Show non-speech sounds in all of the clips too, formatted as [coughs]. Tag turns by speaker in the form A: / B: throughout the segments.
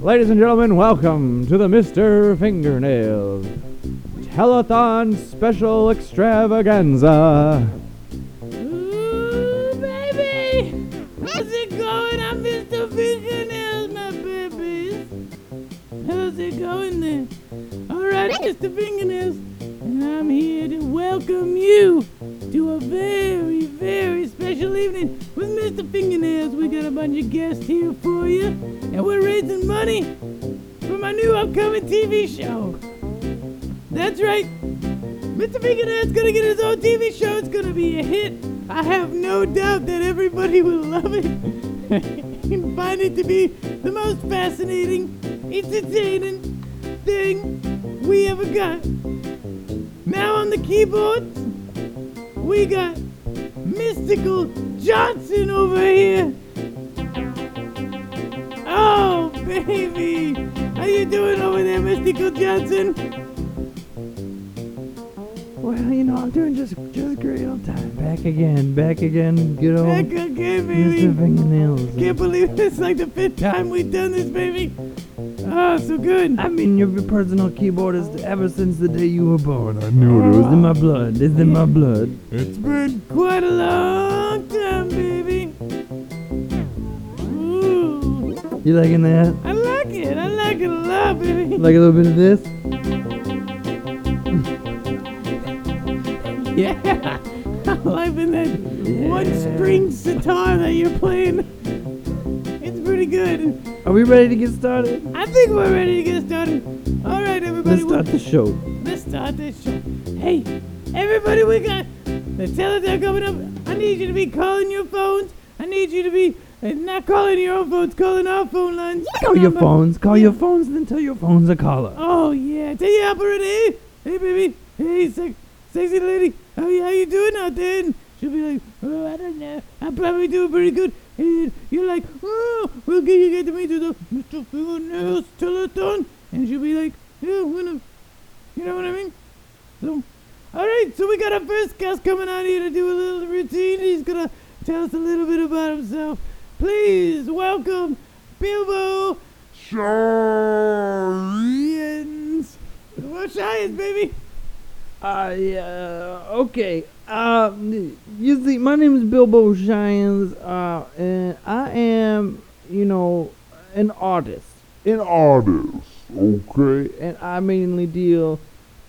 A: Ladies and gentlemen, welcome to the Mr. Fingernails Telethon Special Extravaganza.
B: Ooh, baby! How's it going? I'm Mr. Fingernails, my babies. How's it going then? Alright, Mr. Fingernails, and I'm here to welcome you to a very, very special evening with Mr. Fingernails. We got a bunch of guests here for you, and we're raising money for my new upcoming TV show. That's right. Mr. Fingernail's gonna get his own TV show. It's gonna be a hit. I have no doubt that everybody will love it [laughs] and find it to be the most fascinating, entertaining thing we ever got. Now on the keyboards, we got Mystical Johnson over here. Oh, baby. How you doing over there, Mystical Johnson?
C: Well, you know, I'm doing just just great on time. Back again, back again, good old
B: Back again, baby.
C: Mr. Fingernails.
B: Can't believe [laughs] it's like the fifth time we've done this, baby. Oh, so good.
C: I've been your personal keyboardist ever since the day you were born. I knew it. It was in my blood. It's in my blood.
D: It's been
B: Quite a long time, baby. Ooh,
C: You liking that?
B: I like it. I like it a lot, baby. [laughs]
C: Like a little bit of this?
B: Yeah, I'm loving that one string sitar that you're playing. It's pretty good.
C: Are we ready to get started?
B: I think we're ready to get started. All right, everybody.
C: Let's start the
B: we're-
C: show.
B: Let's start this show. Hey, everybody, we got the telethon coming up. I need you to be calling your phones. I need you to be uh, not calling your own phones, calling our phone lines.
C: Call your
B: Number-
C: phones. Call your phones, then tell your phones a caller.
B: Oh yeah, tell your operator. Hey, hey, baby. Hey, sex, sexy lady. How you, how you doing out there? And she'll be like, oh, I don't know. I'm probably doing pretty good. And you're like, oh, well, can you get me to the Mr. Fingernails telethon? And she'll be like, yeah, when you know what I mean? So, all right. So we got our first guest coming out here to do a little routine. He's gonna tell us a little bit about himself. Please welcome Bilbo Sharians. Well, Sharians, baby.
C: Uh, yeah, okay. Uh, you see, my name is Bilbo Shines, uh, and I am, you know, an artist.
D: an artist, okay?
C: and I mainly deal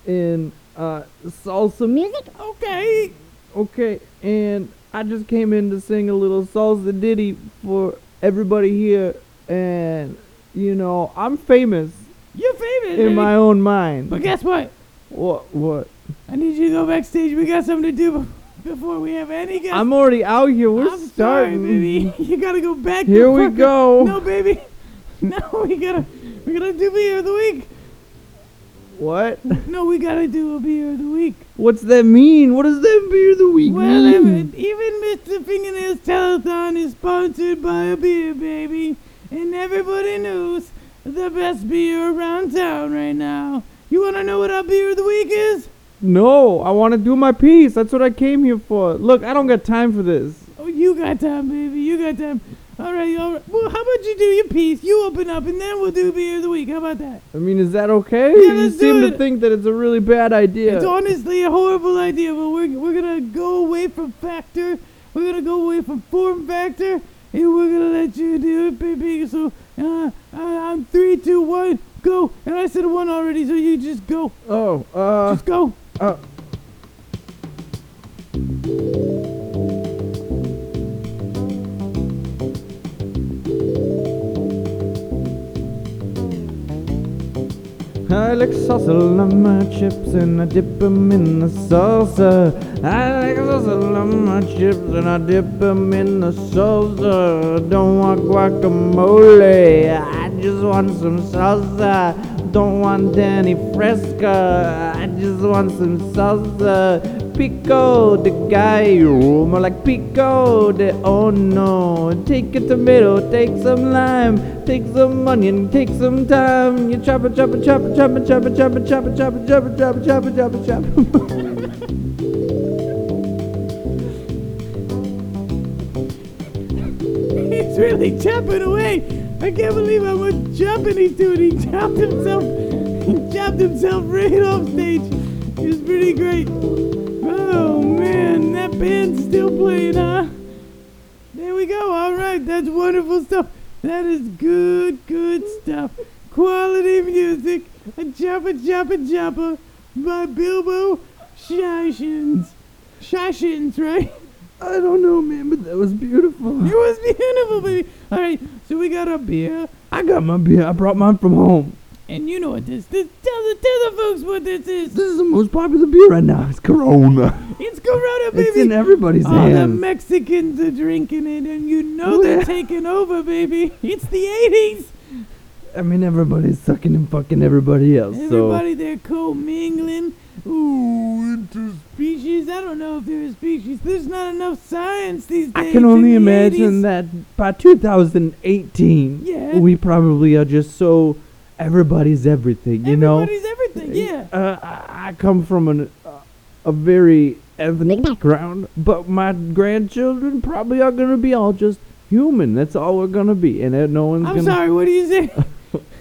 C: in uh, salsa music.
B: Okay.
C: Okay, and I just came in to sing a little salsa ditty for everybody here, and you know I'm famous
B: You're famous.
C: in
B: [laughs] baby.
C: my own mind.
B: But guess what?
C: What? What?
B: I need you to go backstage. We got something to do bef- before we have any guests.
C: I'm already out here. We're
B: I'm sorry,
C: starting.
B: baby. [laughs] You gotta go back. to
C: Here we
B: work.
C: go.
B: No, baby. [laughs] No, we gotta we gotta do beer of the week. [laughs]
C: What?
B: No, we gotta do a beer of the week.
C: What's that mean? What does that beer of the week
B: Well,
C: mean?
B: even, even Mr. Fingernails Telethon is sponsored by a beer, baby. And everybody knows the best beer around town right now. You wanna know what our beer of the week is?
C: No, I want to do my piece. That's what I came here for. Look, I don't got time for this.
B: Oh, you got time, baby. You got time. All right, all right. Well, how about you do your piece? You open up, and then we'll do beer of the week. How about that?
C: I mean, is that okay? you
B: Yeah, let's do
C: seem to
B: it.
C: think that it's a really bad idea.
B: It's honestly a horrible idea, but we're, we're gonna go away from factor. We're gonna go away from form factor, and we're gonna let you do it, baby. So uh, I, I'm three, two, one, go. And I said one already, so you just go,
C: oh, uh,
B: just go.
C: uh, I like sausage on my chips and I dip 'em in the salsa. I like sausage on my chips and I dip 'em in the salsa. Don't want guacamole, I just want some salsa. Don't want Danny Fresca, I just want some salsa. Pico de gallo, more like pico de oh no. Take a tomato, take some lime, take some onion, take some time. You chop it, chop it, chop it, chop it, chop it, chop it, chop it, chop it, chop it, chop it, chop it, chop it, chop it.
B: It's really chopping away. I I can't believe how much jumping he did. He chopped himself. He chopped himself right off stage. It was pretty great. Oh man, that band's still playing, huh? There we go. All right, that's wonderful stuff. That is good, good stuff. Quality music. A jumper, jumper, jumper by Bilbo Shishins. Shishins, right? [laughs]
C: I don't know, man, but that was beautiful.
B: It was beautiful, baby. All right, so we got a beer,
C: I got my beer. I brought mine from home.
B: and you know what this? This tell the tell the folks what this is.
C: This is the most popular beer right now. It's Corona.
B: It's Corona, baby. Oh,
C: It's in everybody's
B: All the
C: hands.
B: Mexicans are drinking it, and you know they're
C: Yeah.
B: taking over, baby. It's the 80s.
C: I mean, everybody's sucking and fucking everybody else.
B: Everybody there co-mingling. Ooh, interspecies. I don't know if they're a species. There's not enough science these days.
C: so I can only
B: in the
C: imagine
B: 80s.
C: that by 2018,
B: Yeah.
C: we probably are just so everybody's everything. You know.
B: Everybody's everything. Yeah.
C: Uh, I I come from an, uh, a very ethnic background, but my grandchildren probably are going to be all just human. That's all we're going to be. And uh, no one's
B: I'm
C: going to.
B: sorry. What do
C: [laughs]
B: you say?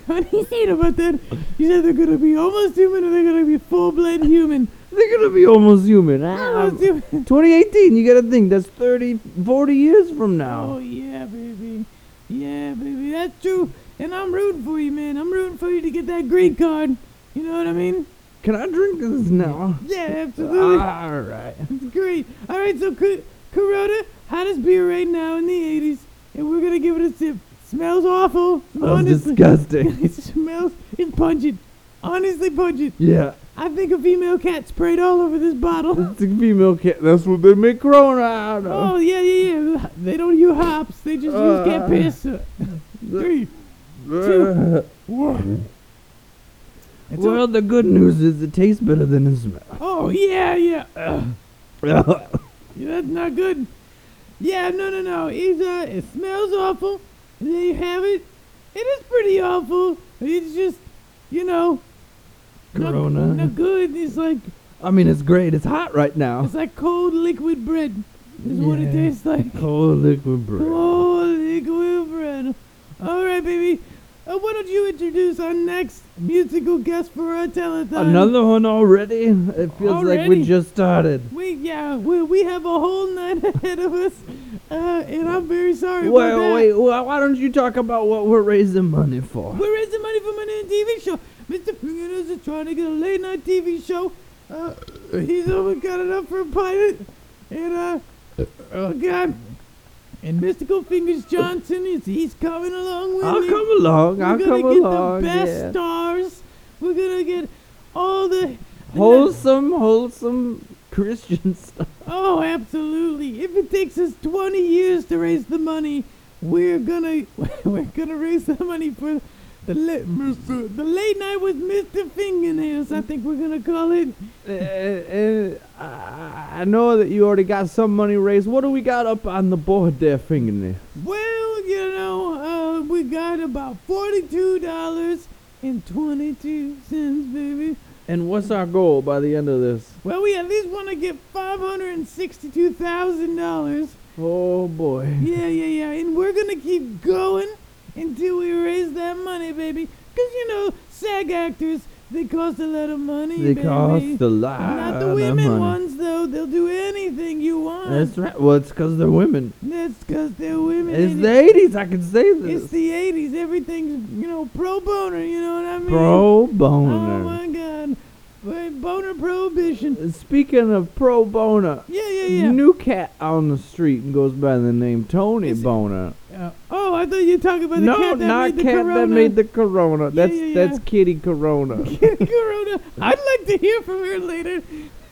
B: what do you say about that? You said they're gonna be almost human, or they're gonna be full-blood human.
C: They're going to be almost human. Ah,
B: Almost human.
C: 2018, you got to think. That's 30, 40 years from now.
B: Oh yeah, baby. Yeah, baby. That's true. And I'm rooting for you, man. I'm rooting for you to get that green card. You know what I mean?
C: Can I drink this
B: [laughs]
C: now? [laughs]
B: Yeah, absolutely.
C: All right.
B: It's great. All right, so Co- Corona, hottest beer right now in the 80s, and we're gonna give it a sip. Smells awful.
C: That was
B: honestly. [laughs]
C: disgusting.
B: it smells. It's pungent. Honestly, pungent.
C: yeah.
B: I think a female cat sprayed all over this
C: [laughs]
B: bottle.
C: It's a female cat. That's what they make Corona out of.
B: oh yeah, yeah, yeah. They don't use hops. They just use cat
C: Uh, [laughs]
B: piss. Three.
C: Uh, well, the good news is it tastes better than it smells.
B: Oh yeah, yeah. Ugh. Yeah, That's not good. Yeah, no, no, no. It's, uh, it smells awful. And There you have it. It is pretty awful. It's just, you know, not-
C: [laughs] Corona.
B: Not, good. It's like
C: I mean, it's great. It's hot right now.
B: it's like cold liquid bread. Is what it
C: Yeah.
B: tastes like.
C: Cold liquid bread.
B: Cold liquid bread. All right, baby. Uh, why don't you introduce our next musical guest for our telethon?
C: Another one already? It feels like
B: Already?
C: we just started.
B: We yeah we, we have a whole night [laughs] ahead of us, uh, and I'm very sorry
C: Wait,
B: about that.
C: wait, why why don't you talk about what we're raising money for?
B: We're raising money for my new TV show. Mr. Fingernails is trying to get a late night TV show. Uh, he's over got enough for a pilot. And, uh, oh God. And Mystical Fingers Johnson is he's coming along with
C: Uh, I'll
B: me.
C: come along.
B: We're
C: I'll
B: gonna
C: come
B: get
C: along.
B: the best
C: yeah.
B: stars. We're gonna get all the
C: Wholesome, wholesome Christian [laughs] stuff.
B: Oh, absolutely. If it takes us 20 years to raise the money, we're gonna [laughs] we're gonna raise the money for the late Mr. the late night with Mr. Fingernails. I think we're gonna call it.
C: Uh, uh, I I know that you already got some money raised. What do we got up on the board there, fingernail?
B: Well, you know, uh, we got about forty-two dollars and twenty-two cents, baby.
C: And what's our goal by the end of this?
B: Well, we at least want to get five hundred and sixty-two thousand dollars.
C: Oh boy.
B: Yeah, yeah, yeah. And we're going to keep going until we raise that money, baby. Because, you know, SAG actors, they cost a lot of money,
C: They
B: baby.
C: cost a lot.
B: Not the
C: of
B: women
C: money.
B: ones, though. They'll do anything you want.
C: That's right. Well, it's 'cause they're women.
B: That's 'cause they're women.
C: It's
B: and
C: the 80s. I can say this.
B: it's the 80s. Everything's, you know, pro boner. You know what I mean?
C: pro
B: Oh,
C: boner.
B: my God. Wait, Boner prohibition.
C: Speaking of pro boner,
B: Yeah, yeah, yeah.
C: new cat on the street and goes by the name Tony
B: Is it-
C: Boner.
B: Uh, oh, I thought you were talking about the
C: no,
B: cat that
C: not
B: made the
C: cat
B: corona.
C: that made the corona.
B: Yeah,
C: That's
B: yeah,
C: that's
B: yeah.
C: Kitty Corona.
B: Corona. I'd like to hear from her later.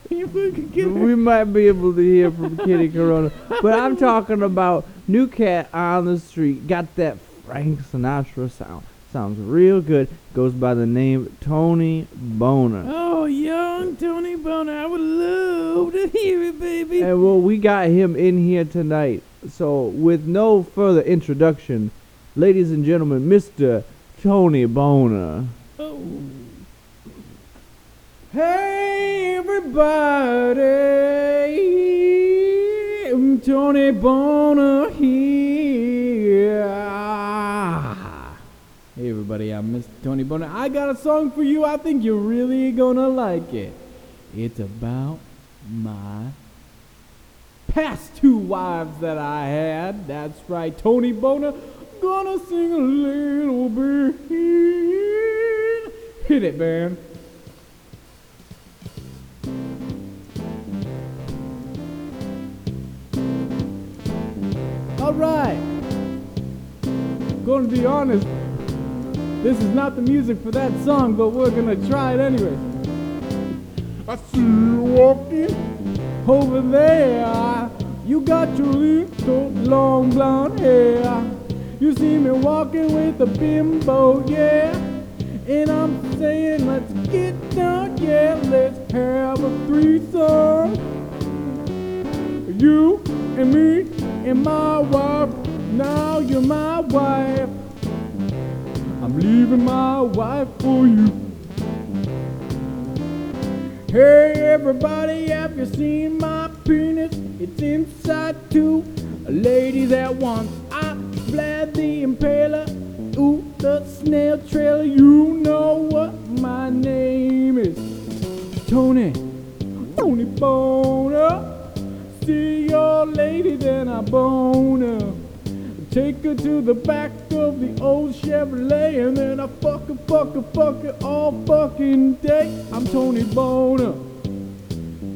B: If we could get her.
C: we might be able to hear from Kitty Corona, but I'm talking about new cat on the street. Got that Frank Sinatra sound. Sounds real good. Goes by the name Tony Boner.
B: Oh, young Tony Boner, I would love to hear it, baby.
C: And well, we got him in here tonight. So, with no further introduction, ladies and gentlemen, Mr. Tony Boner.
B: oh.
C: Hey, everybody! I'm Tony Boner here.
B: everybody. I'm Mr. Tony Boner. I got a song for you. I think you're really gonna like it. It's about my past two wives that I had. That's right, Tony Boner. Gonna sing a little bit. Hit it, man. All right. Going to be honest, this is not the music for that song, but we're gonna try it anyway.
E: I see you walking.
B: Over there, you got your little long blonde hair. You see me walking with a bimbo, yeah. And I'm saying, let's get down, yeah, let's have a threesome. You and me and my wife, now you're my wife. I'm leaving my wife for you. Hey everybody, have you seen my penis? It's inside two ladies at once. I blab the impaler, ooh the snail trailer. You know what my name is, Tony, Tony Boner. See your lady, then I bone her. Take her to the back of the old Chevrolet and then I fuck her, fuck her, fuck her all fucking day. I'm Tony Boner.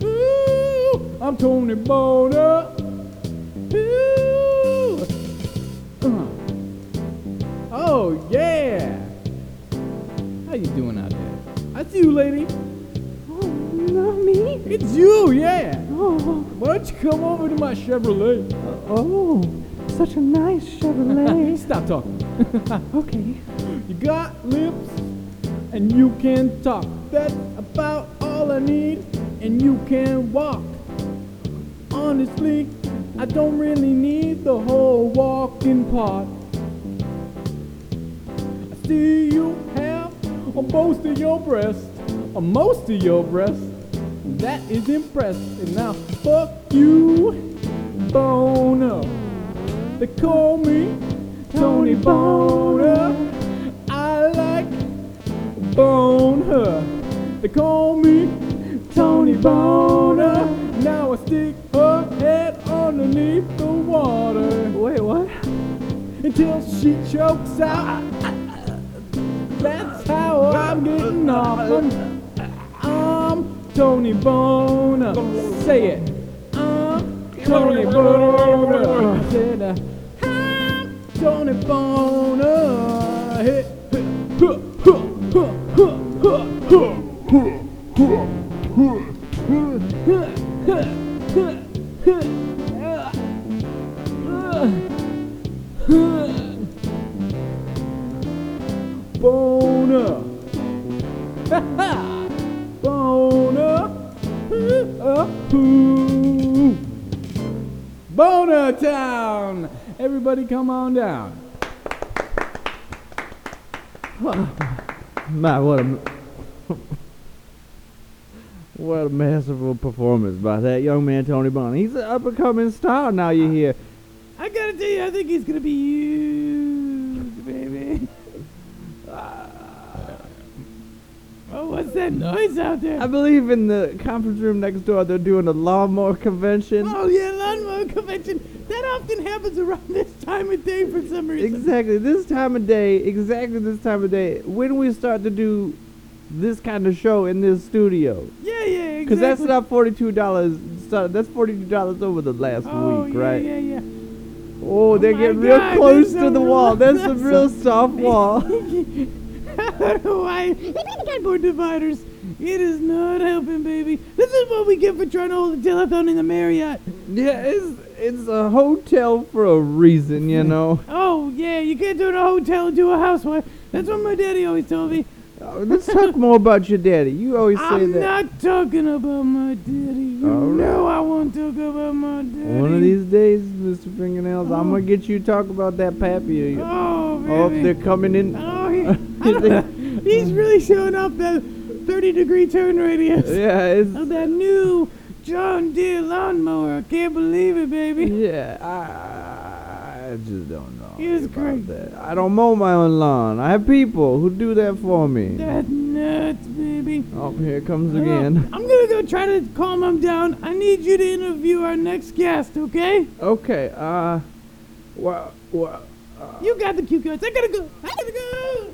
B: Ooh, I'm Tony Boner. Ooh. Uh. Oh yeah. How you doing out there? I see you, lady.
F: Oh, not me?
B: It's you, yeah.
F: Oh,
B: Why don't you come over to my Chevrolet?
F: oh, such a nice Chevrolet.
B: Stop talking. [laughs]
F: okay.
B: You got lips and you can talk. That's about all I need and you can walk. Honestly, I don't really need the whole walking part. I see you have on most of your breasts, on most of your breasts. That is impressive. Now fuck you, Bono. They call me Tony Boner. I like bone her. They call me Tony Boner. Now I stick her head underneath the water. Wait, what? Until she chokes out. That's how I'm getting off. I'm, I'm Tony Boner. Say it. I'm Tony Boner. I said, uh, I'm Tony Boner. Hey, hey, huh, huh, huh, huh, huh, huh,
E: Huh, huh, huh.
B: huh, huh, huh, huh, uh, uh, huh. Boner. Ha ha. Boner. Uh, uh, hoo. Boner Town! Everybody come on down.
C: Man, what a m- what a masterful performance by that young man, Tony Bond. He's an up and coming star now. You hear?
B: I gotta tell you, I think he's gonna be huge, baby. Ah. oh, what's that noise out there?
C: I believe in the conference room next door, they're doing a lawnmower convention.
B: oh yeah, lawnmower convention. That often happens around this time of day for some reason.
C: Exactly this time of day. Exactly this time of day. When we start to do this kind of show in this studio,
B: Yeah, yeah, exactly.
C: because that's not forty-two dollars. That's forty-two dollars over the last
B: oh,
C: week,
B: yeah,
C: right?
B: Yeah, yeah. [laughs]
C: Oh, they're
B: my
C: getting real
B: God,
C: close
B: that's
C: to
B: a
C: the
B: real-
C: wall. That's a
B: that's
C: real
B: a- [laughs]
C: soft wall.
B: Why? You need cardboard dividers. It is not helping, baby. This is what we get for trying to hold the telethon in the Marriott.
C: Yeah, it's it's a hotel for a reason,
B: [laughs]
C: you know.
B: Oh, yeah, you can't do it in a hotel and do a housewife. That's what my daddy always told me.
C: Uh, Let's talk more about your daddy. You always say
B: I'm
C: that.
B: not talking about my daddy. You
C: All right.
B: know I won't talk about my daddy.
C: One of these days, Mr. Fingernails, I'm gonna get you to talk about that pappy of yours.
B: Oh,
C: Oh, if they're
B: baby.
C: coming in.
B: Oh, he, I
C: [laughs]
B: don't- he's really showing off that 30 degree turn radius.
C: Yeah, it's
B: of that new John Deere lawnmower. I can't believe it, baby.
C: yeah. I, I just don't know.
G: It's
C: about
G: great.
C: That. I don't mow my own lawn. I have people who do that for me.
G: That nuts, baby.
C: Oh, here it comes
G: Oh,
C: again.
G: I'm gonna go try to calm him down. I need you to interview our next guest, okay?
C: Okay. Uh. Well. Well.
G: You got the cue cards. I gotta go. I gotta go.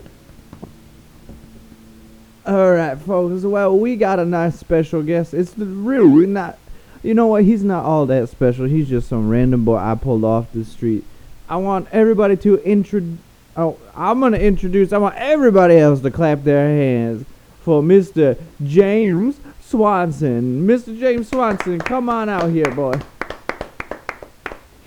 C: All right, folks. Well, we got a nice special guest. It's the real, we're not. You know what? He's not all that special. He's just some random boy I pulled off the street. I want everybody to intro. Oh, I'm gonna introduce. I want everybody else to clap their hands for Mr. James Swanson. Mr. James Swanson, come on out here, boy.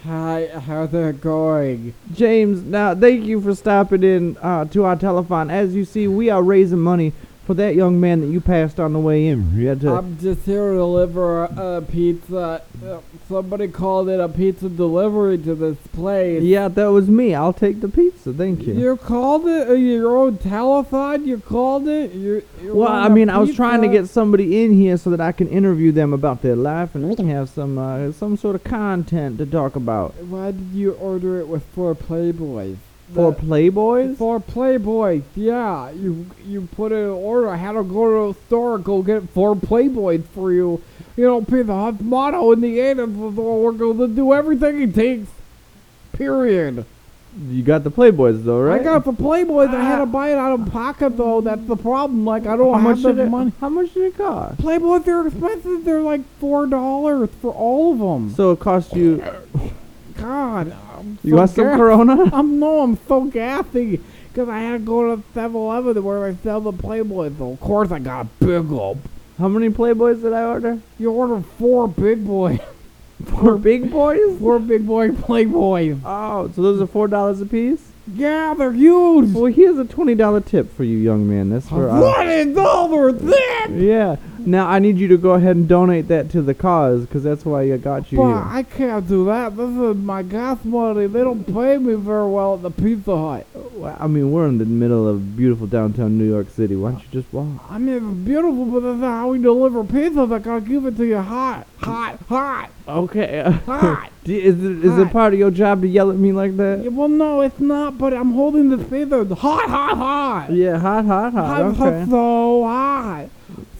B: Hi, how's it going?
C: James, now thank you for stopping in uh, to our telephone. As you see, we are raising money for that young man that you passed on the way in. You had to-
B: I'm just here to deliver a pizza. Uh, Somebody called it a pizza delivery to this place.
C: Yeah, that was me. I'll take the pizza. Thank you.
B: You called it uh, your own telephone? You called it? You, you
C: well,
B: want
C: I
B: a
C: mean, I was trying to
B: pizza?
C: get somebody in here so that I can interview them about their life, and we can have some uh, some sort of content to talk about
B: Why did you order it with four Playboys?
C: for
B: The-
C: Playboys.
B: For Playboys, yeah. You you put in an order. I had to go to a store, go get four Playboys for you. You know, Pizza Hut's motto in the end of we're going to do everything it takes. Period.
C: you got the Playboys though, right?
B: I got the Playboys. I had to buy it out of pocket though. That's the problem. Like I don't
C: how
B: have
C: much
B: the
C: did it,
B: money.
C: How much did it cost?
B: Playboys they're expensive. They're like four dollars for all of them.
C: So it cost you.
B: God, I'm
C: You
B: so
C: want some
B: gassed.
C: Corona?
B: I'm no, I'm so gassy because I had to go to 7-Eleven where they sell the Playboys. So of course, I got a big up.
C: How many Playboys did I order?
B: You order four big boy, [laughs]
C: Four big boys.
B: four big boy Playboys.
C: Oh, so those are four dollars a piece.
B: Yeah, they're huge.
C: Well, here's a twenty dollar tip for you, young man. That's for uh,
B: What is over that?
C: Yeah. Now I need you to go ahead and donate that to the cause, because that's why I got you
B: But
C: here.
B: I can't do that. This is my gas money. They don't pay me very well at the Pizza Hut.
C: Well, I mean, we're in the middle of beautiful downtown New York City. Why don't you just walk?
B: I mean, it's beautiful, but that's not how we deliver pizza. I gotta give it to you hot, hot, hot,
C: [laughs] Okay.
B: [laughs] hot.
C: Do- is it, is it
B: Hot.
C: part of your job to yell at me like
B: Yeah,
C: that?
B: well, no, it's not, but I'm holding the pizza. Hot, hot, hot.
C: Yeah, hot, hot, hot.
B: hot,
C: Okay.
B: hot, so hot.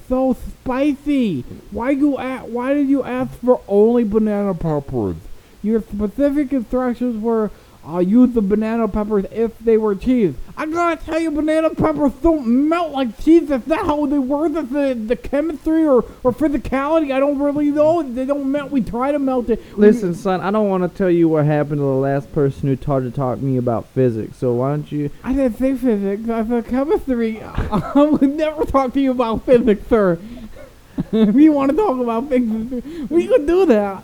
B: So spicy. Why you a Why did you ask for only banana peppers? Your specific instructions were, "I'll use the banana peppers if they were cheese." I gotta tell you, banana peppers don't melt like cheese. That's not how they work. That's the, the chemistry or, or physicality. I don't really know. They don't melt. We try to melt it. We-
C: Listen, son, I don't want to tell you what happened to the last person who tried to talk to me about physics. So why don't you?
B: I didn't say physics. I said chemistry. [laughs] I would never talk to you about physics, sir. [laughs] if you want to talk about physics, we could do that.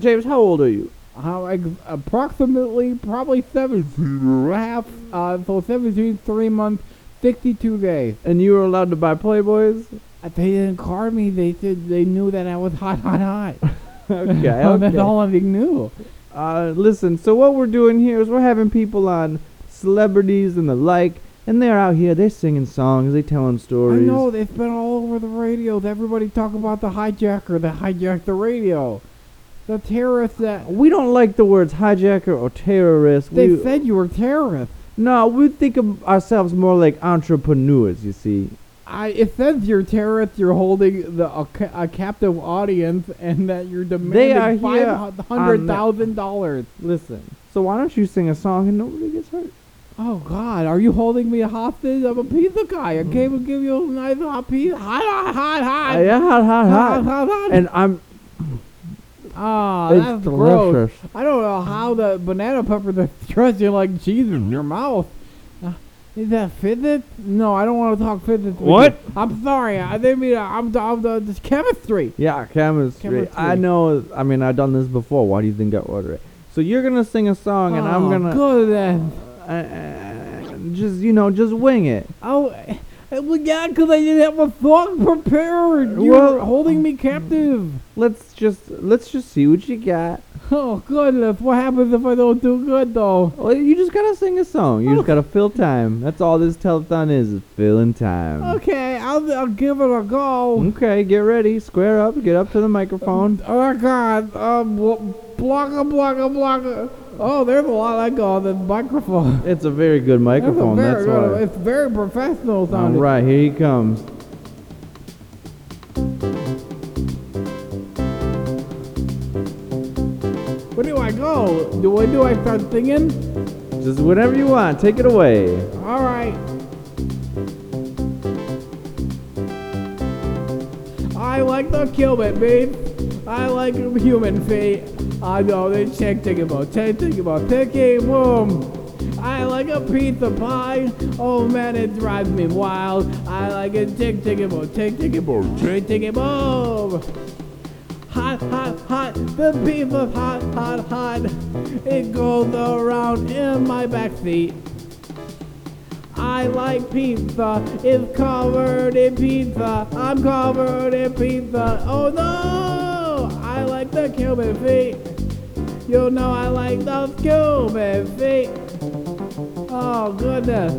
C: James, how old are you?
B: How ex- approximately, probably 17 and a half, uh, so 17, 3 months, 62 days.
C: And you were allowed to buy
B: [laughs]
C: Playboys?
B: Uh, They didn't card me. They said they knew that I was [laughs] hot, hot, hot. [laughs]
C: Okay.
B: That's
C: okay.
B: all they knew.
C: Uh, listen, so what we're doing here is we're having people on celebrities and the like, and they're out here, they're singing songs, they telling stories.
B: I know they've been all over the radio. Everybody talk about the hijacker that hijacked the radio, the terrorist that.
C: We don't like the words hijacker or terrorist.
B: They
C: we,
B: said you were terrorist.
C: no, we think of ourselves more like entrepreneurs, you see.
B: I, it says you're terrorist. You're holding the a, ca- a captive audience, and that you're
C: are
B: demanding
C: here
B: five hundred thousand dollars.
C: Listen, so why don't you sing a song and nobody gets hurt?
B: Oh God, are you holding me hostage? I'm a pizza guy. I came to give you a nice hot pizza. Hot, hot, hot, hot.
C: Uh, yeah, hot, hot,
B: Hot,
C: hot.
B: hot, hot.
C: And I'm.
B: Ah,
C: it's
B: that's gross.
C: delicious.
B: I don't know how the banana peppers are [laughs] thrusting like cheese in your mouth. Uh, Is that physics? No, I don't want to talk physics. with you.
C: What?
B: I'm sorry. I didn't mean. to- I'm the, I'm the this chemistry.
C: Yeah, chemistry. I
B: Chemistry.
C: know. I mean, I've done this before. Why do you think I order it? So you're gonna sing a song, and I'm
B: Oh,
C: gonna.
B: Good then.
C: uh, just you know, just wing it.
B: Oh, uh, well, yeah, because I didn't have a song prepared. You're
C: Well-
B: holding me captive.
C: Let's just let's just see what you got.
B: Oh goodness, what happens if I don't do good though?
C: Well, Oh, you just gotta sing a song. You just gotta fill time. That's all this telethon is, is filling time.
B: Okay, I'll I'll, I'll give it a go.
C: Okay, get ready. Square up. Get up to the microphone.
B: Oh my god. Uh, bl- blocka, blocka, blocka. Oh, there's a lot I got on the microphone.
C: It's a very good
B: That's a
C: microphone.
B: very
C: That's
B: good-
C: why.
B: It's very professional
C: All
B: sounding.
C: right, here he comes.
B: Where do I go? Do where do I start singing?
C: Just whatever you want. Take it away.
B: All right. I like the cubit, babe. I like human feet. I know they check ticket about ten ticket about ticket boom. I like a pizza pie. Oh man, it drives me wild. I like a tick ticket about tick ticket boom, tick ticket boom. Hot, hot, hot, the beef of hot, hot, hot. It goes around in my backseat. I like pizza. It's covered in pizza. I'm covered in pizza. Oh no! I like the Cuban feet. You know I like the Cuban feet. Oh goodness!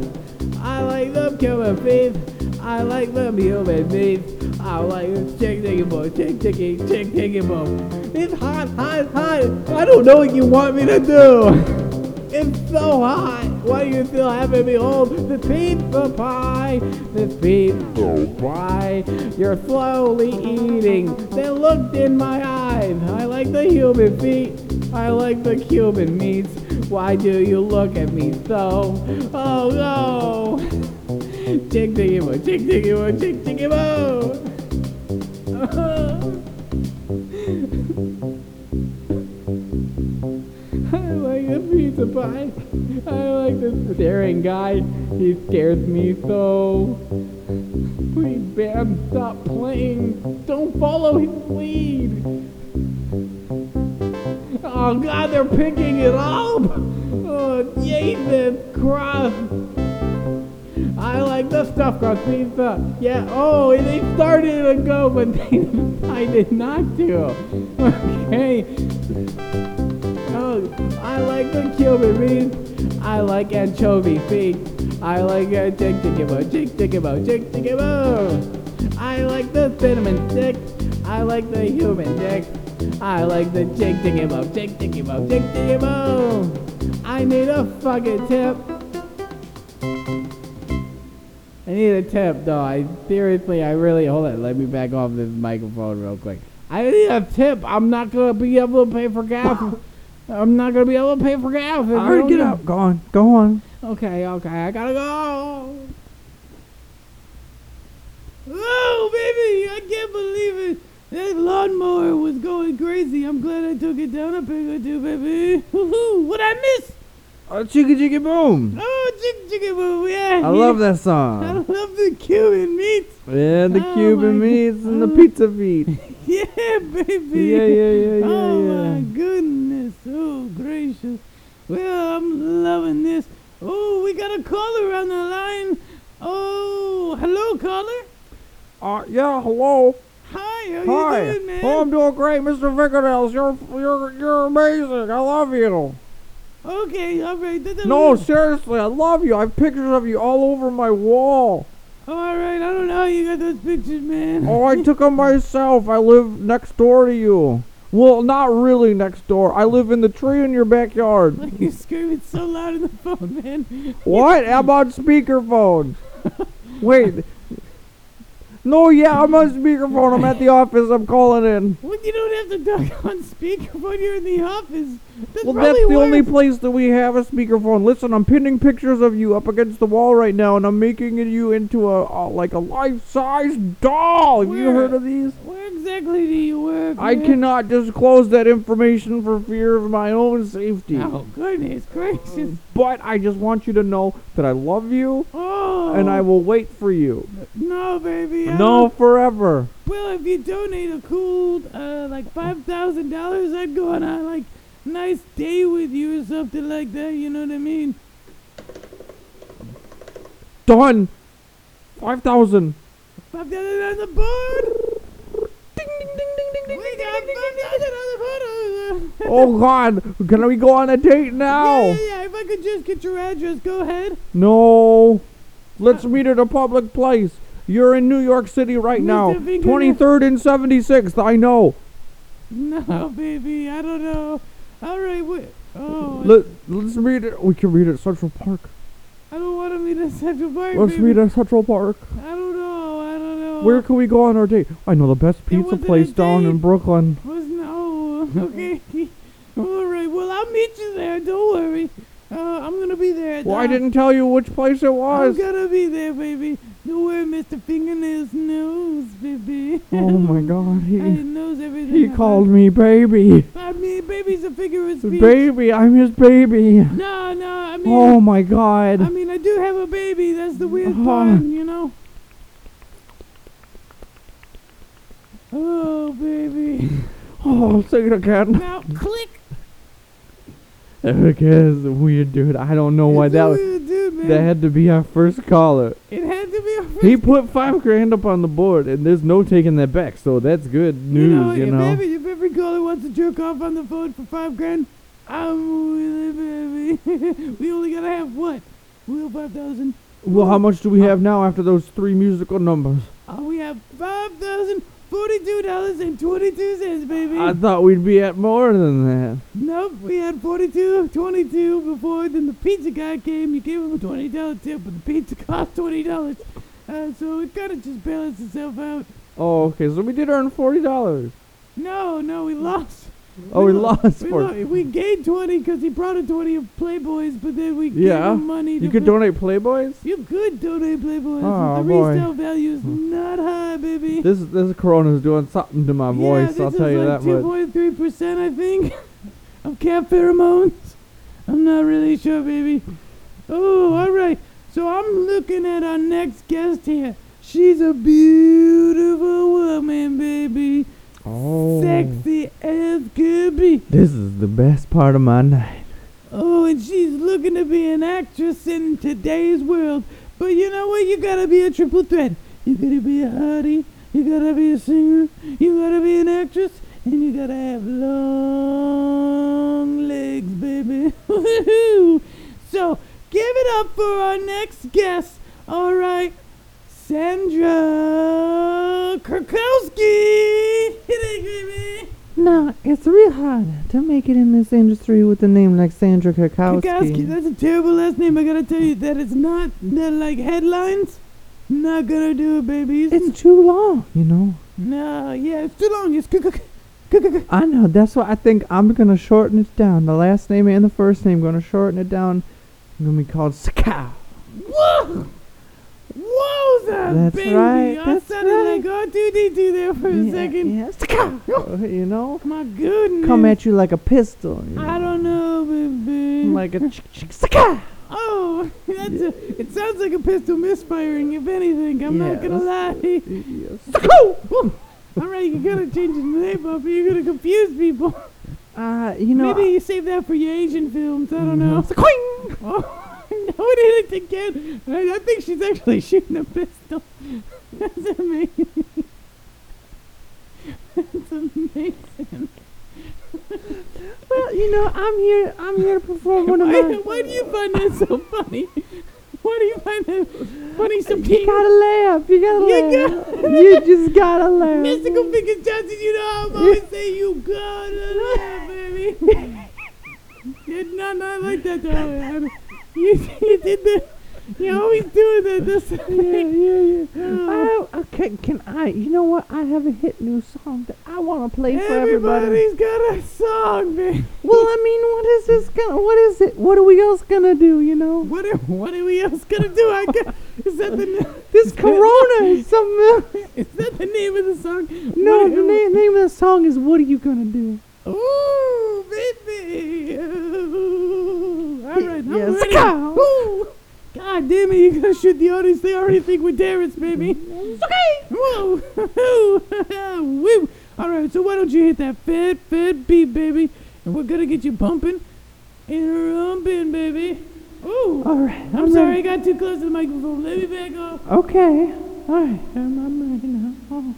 B: I like the Cuban feet. I like the Cuban feet. I like the chick chicken boy, chick chicken, chick chicken boy. It's hot, hot, hot. I don't know what you want me to do. [laughs] It's so hot. Why do you still having me hold the pizza pie? The pizza pie. You're slowly eating. They looked in my eyes. I like the human feet. I like the Cuban meats. Why do you look at me so? Oh no! Tick ticky boo, tick ticky boo, tick ticky boo. I like the pizza pie. I like this staring guy. He scares me so. Please, Ben, stop playing. Don't follow his lead. Oh, God, they're picking it up. Oh, Jesus Christ. I like the stuffed crust pizza. Yeah, oh, and they started to go, but [laughs] they decided not to. Okay. Oh, I like the Cuban beans. I like anchovy feet. I like a chick tikka boo, chick tikka boo, chick tikka boo. I like the cinnamon stick. I like the human dick. I like the chick tikka boo, chick tikka boo, chick tikka boo. I need a fucking tip. I need a tip, though. I seriously, I really hold on. Let me back off this microphone real quick. I need a tip. I'm not gonna be able to pay
C: [laughs]
B: for gas. I'm not gonna be able to pay for gas. if I
C: All right,
B: don't
C: get
B: do-
C: up. Go on. Go on.
B: Okay, okay, I gotta go.
H: Oh, baby, I can't believe it. That lawnmower was going crazy. I'm glad I took it down a peg or two, baby. Woohoo, what I miss?
C: Oh, chicka chicka boom.
H: Oh, chicken chicken boo, yeah.
C: I love that
H: I
B: [laughs]
C: song.
H: love the Cuban meats.
C: Yeah, the
H: Oh
C: Cuban
H: my
C: meats and the
H: God.
C: pizza feet.
H: Yeah, baby.
C: Yeah, yeah, yeah, yeah,
H: oh
C: yeah.
H: my goodness. Oh gracious. Well, I'm loving this. Oh, we got a caller on the line. Oh, hello, caller.
B: Uh, yeah, hello.
H: Hi, how
B: Hi.
H: you doing, man?
B: Oh, I'm doing great, Mr. Fingernails. You're, you're, you're amazing. I love you.
H: okay, all right. that's a
B: No,
H: little-
B: seriously, I love you. I have pictures of you all over my wall.
H: All right, I don't know how you got those pictures, man. [laughs]
B: Oh, I took them myself. I live next door to you. Well, not really next door. I live in the tree in your
H: [laughs]
B: backyard.
H: Why are you screaming so loud in the phone, man?
B: What? I'm on speakerphone.
H: [laughs]
B: Wait. No, yeah, I'm on speakerphone. I'm at the office. I'm calling in.
H: Well, you don't have to talk [laughs] on speaker when you're in the office. That's
B: Well,
H: probably
B: that's the only
H: worse.
B: place that we have a speakerphone. Listen, I'm pinning pictures of you up against the wall right now, and I'm making you into a uh, like a life-size doll. Have you
H: Where?
B: heard of these?
H: Where exactly do you work?
B: I
H: man?
B: cannot disclose that information for fear of my own safety.
H: Oh goodness gracious!
B: But I just want you to know that I love you
H: Oh,
B: and I will wait for you.
H: no, baby. I
B: No,
H: don't-
B: forever.
H: Well, if you donate a cool, uh, like five thousand dollars, I'd go on a like nice day with you or something like that. You know what I mean?
B: Done. 5,000.
H: Five thousand on the board. Ding ding ding ding ding ding. We got five thousand on the board. Uh,
B: oh, God. Can we go on a date now?
H: Yeah, yeah, yeah. If I could just get your address, go ahead.
B: No. Let's meet at a public place.
C: You're in New York City right
B: Mr.
C: now.
B: Fingernail.
C: 23rd and 76th, I know.
B: No, baby, I don't know. All right, wait. Oh,
C: Let, let's read it. We can read it at Central Park.
B: I don't want to meet at Central Park.
C: Let's
B: baby.
C: meet at Central Park.
B: I don't know. I don't know.
C: Where can we go on our date? I know the best pizza
B: wasn't a
C: place down in
B: date.
C: Brooklyn.
B: Was no. oh, [laughs] Okay. All right. Well, I'll meet you there. Don't worry. Uh, I'm gonna be there.
C: Well, I
B: Doc.
C: didn't tell you which place it
B: I'm
C: was.
B: gonna be there, baby. Don't worry, Mr. Fingernails knows, baby.
C: Oh my god,
B: I
C: he
B: knows everything.
C: he
B: about-
C: called me baby.
B: I mean, baby's a figure of speech.
C: Baby, I'm his baby.
B: No, no. I mean,
C: Oh my
B: I
C: god.
B: mean, I do have a baby. That's the weird
C: Oh.
B: part, you know. Oh, baby.
C: Oh, sing it
B: [laughs]
C: again.
B: Now
C: [laughs]
B: click.
C: It is weird, dude. I don't know why
B: It's
C: Oh, that
B: a
C: was.
B: weird dude, man.
C: That had to be our first caller.
B: it had to be a first.
C: He put five grand up on the board, and there's no taking that back. So that's good
B: you know,
C: news, you
B: if
C: know.
B: every if every caller wants to jerk off on the phone for five grand, I'm with it, baby. [laughs] we only gotta have what? We have five thousand.
C: Well, how much do we have now after those three musical numbers?
B: Oh, we have five thousand forty-two dollars and twenty-two cents, baby.
C: I thought we'd be at more than that.
B: Nope, we had 42, 22 before. Then the pizza guy came. You gave him a twenty dollar tip, but the pizza [laughs] cost twenty dollars. Uh, so it kind of just balanced itself out.
C: Oh, okay. So we did earn forty dollars.
B: No, no, we lost.
C: Oh, we
B: lo-
C: lost
B: We,
C: forty.
B: lo- we gained twenty because he brought a twenty of Playboys, but then we
C: Yeah,
B: gave him money.
C: You
B: to
C: could
B: put-
C: donate
B: [laughs]
C: Playboys.
B: You could donate Playboys.
C: Oh,
B: the
C: boy. Hmm.
B: resale value is not high, baby.
C: This this Corona's doing something to my
B: yeah,
C: voice.
B: this
C: I'll
B: is
C: tell you
B: like
C: that much.
B: Two point three percent, I think, [laughs] of cat pheromones. I'm not really sure, baby. Oh, all right. So I'm looking at our next guest here. She's a beautiful woman, baby.
C: Oh,
B: Sexy as could be.
C: this is the best part of my night.
B: Oh, and she's looking to be an actress in today's world. But you know what? You gotta be a triple threat. You gotta be a hottie, you gotta be a singer, you gotta be an actress, and you gotta have long legs, baby. [laughs] so, give it up for our next guest. All right, Sandra Krakowski. Hit it, baby.
I: Now, it's real hard to make it in this industry with a name like Sandra
B: Kukowski,
I: Krakowski.
B: that's a terrible last name. I gotta tell you that it's not that like headlines. Not gonna do it, babies.
I: It's too long, you know.
B: no, yeah, it's too long. It's Kuk- Kuk-
I: I know. That's why I think I'm gonna shorten it down. The last name and the first name. Gonna shorten it down. I'm gonna be called Ska.
B: Whoa, whoa, that
I: That's
B: baby!
I: right,
B: I
I: that's
B: sounded
I: right.
B: like oh, R2D2 there for a second.
I: Yeah, Ska. [laughs] You know,
B: My goodness.
I: come at you like a pistol. You Oh
B: I
I: know.
B: don't know, baby. [laughs]
I: Like a chick, chick, Ska.
B: oh, [laughs] that's a, it sounds like a pistol misfiring. If anything, I'm not gonna lie. [laughs] Woo. All right, you gotta change the name up. or You're gonna confuse people.
I: Uh, you know.
B: Maybe you save that for your Asian films. I don't know. [laughs] Oh, no, it didn't again. I, I think she's actually [laughs] shooting a pistol. That's amazing. [laughs] That's amazing.
I: Well, you know, I'm here. I'm here to perform one of
B: Why,
I: my.
B: why do you find that so funny? [laughs] Why do you find that funny? Some
I: You gotta laugh. You gotta
B: You
I: laugh. [laughs] you just gotta laugh.
B: mystical figure Johnson. You know, I always say you gotta laugh, baby. It's not not like that though. I mean, You, you did the. You always do that. That's
I: Yeah, yeah, yeah.
B: Oh.
I: I, I can, can I? You know what? I have a hit new song that I want to play for everybody.
B: Everybody's got a song, man.
I: Well, I mean, what is this gonna? What is it? What are we else gonna do? You know,
B: What are, what are we else gonna do? I got, is that the na-
I: this [laughs] Corona is something. else.
B: is that the name of the song?
I: no,
B: What-
I: the name, name of the song is "What Are You Gonna Do."
B: Ooh, baby. Ooh. All right, I'm
I: Yes.
B: ready.
I: Go.
B: Ooh. God damn it! You gotta shoot the audience. They already think we're Terrence, baby. Okay. Whoa. [laughs] Woo. All right. So why don't you hit that fat, fat beat, baby? And we're gonna get you pumping and rumping, baby. Ooh.
I: All right, Uh, I'm,
B: I'm, sorry,
I: ready.
B: I got too close to the microphone. Let me back off.
I: Okay. All right, I'm, I'm ready now. Oh.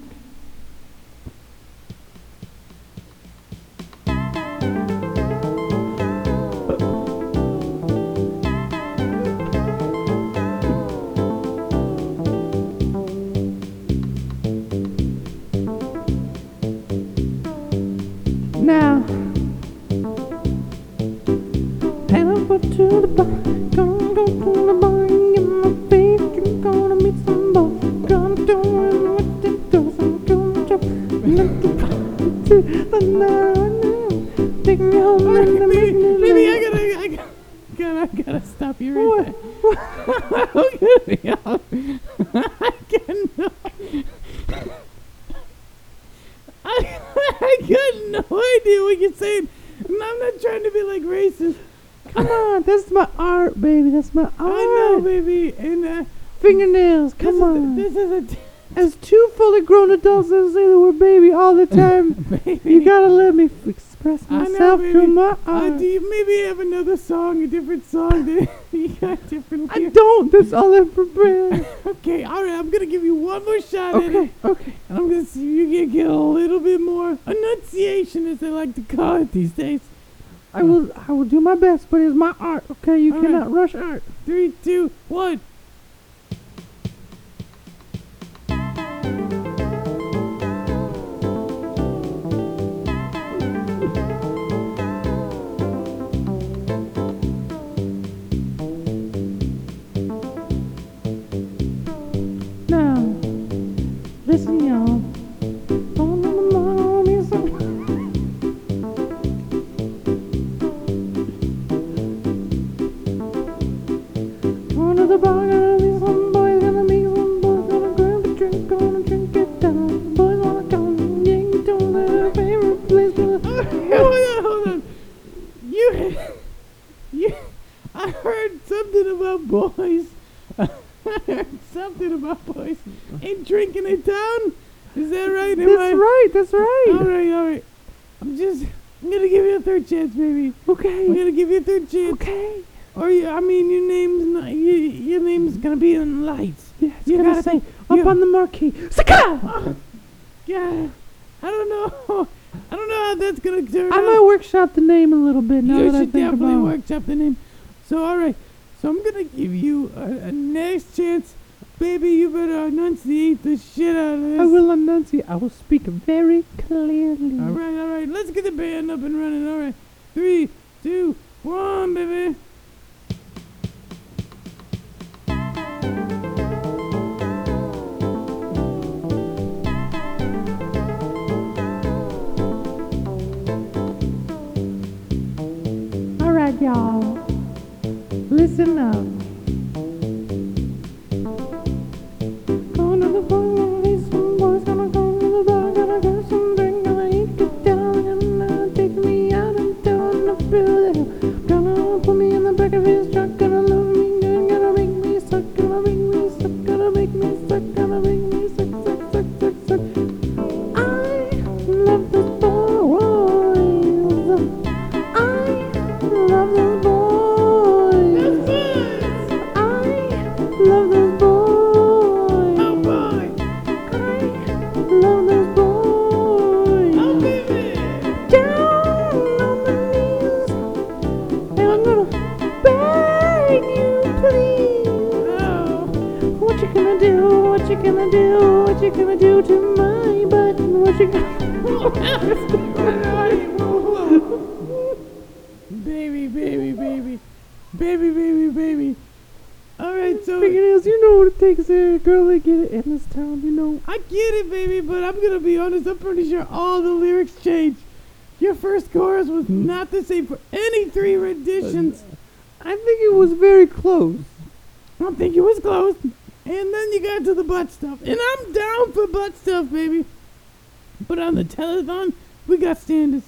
I: to the bar. Gonna go to the bar and get my bacon. Gonna meet some boy. Gonna do it with the girls. I'm gonna jump. Looking to the night. Take me home and make me
B: Baby,
I: laugh.
B: I gotta, I gotta, gotta, I gotta stop you right there. [laughs] I'm gonna be out. I cannot. I, I got no idea what you're saying, and I'm not trying to be like racist.
I: Come on, that's my art, baby. That's my art.
B: I know, baby, and uh,
I: Fingernails,
B: this
I: come
B: is
I: on.
B: this is a t-
I: As two fully grown adults that say the word baby
B: [laughs]
I: all the time, you gotta let me f- express
B: I know,
I: myself
B: baby.
I: through my
B: uh,
I: art.
B: do you maybe have another song, a different song that [laughs] you got differently?
I: I don't. That's all I prepared.
B: Okay, all right, I'm gonna give you one more shot at it.
I: okay, okay.
B: And I'm gonna see if you can get a little bit more enunciation, as they like to call it these days.
I: I will. I will do my best, but it's my art. Okay, you
B: All right.
I: cannot rush art.
B: Three, two, one. [laughs]
I: Now, listen, y'all. Don't let my mom [laughs] be so- Going to the bar, gonna meet some boys, gonna meet some boys, gonna grab a drink, gonna drink it down. Boys wanna come, yeah, you don't their favorite place.
B: hold
I: Gonna...
B: on, hold on. You, [laughs] you, I heard something about boys. [laughs] I heard something about boys and drinking in town. Is that right? Am I-
I: That's right, that's
B: All
I: right.
B: right, all right. I'm just. I'm gonna give you a third chance, baby. I'm
I: Okay,
B: gonna give you a third chance.
I: okay.
B: Or you, I mean, your name's not, you, your name's gonna be in lights.
I: Yeah, it's
B: You
I: gonna
B: gotta
I: say,
B: you-
I: up on the marquee, Sakata!
B: Yeah, I don't know. [laughs] I don't know how that's gonna turn
I: I
B: out.
I: might workshop the name a little bit now
B: you
I: that I
B: should
I: think
B: definitely
I: about it.
B: workshop the name. So all right, so I'm gonna give you a, a next chance, baby. You better enunciate the shit out of this.
I: I will enunciate. I will speak very clearly.
B: All right, all right. Let's get the band up and running. All right, three, two, one, baby.
I: All right, y'all. Listen up. Going to the bar, gonna meet some boys, gonna go to the bar, gonna grab some drink, gonna eat it down, gonna take me out and down the building. Gonna put me in the back of his truck, gonna love me good, gonna make me suck, gonna make me suck, gonna make me suck, gonna make me suck, suck, suck, suck, suck. I love the boys. I love those boys. I love those boys.
B: Oh boy,
I: I love those boys.
B: oh baby.
I: Down on my knees, and I'm gonna beg you, please.
B: Oh,
I: What you gonna do? What you gonna do? What you gonna do to my butt? What you gonna?
B: baby, baby, baby, baby, baby, baby. All right, so.
I: Fingernails, you know what it takes there, girl. They get it in this town, you know.
B: I get it, baby, but I'm gonna be honest. I'm pretty sure all the lyrics change. Your first chorus was not the same for any three renditions.
I: I think it was very close.
B: I don't think it was close. And then you got to the butt stuff, and I'm down for butt stuff, baby. But on the telethon, we got standards.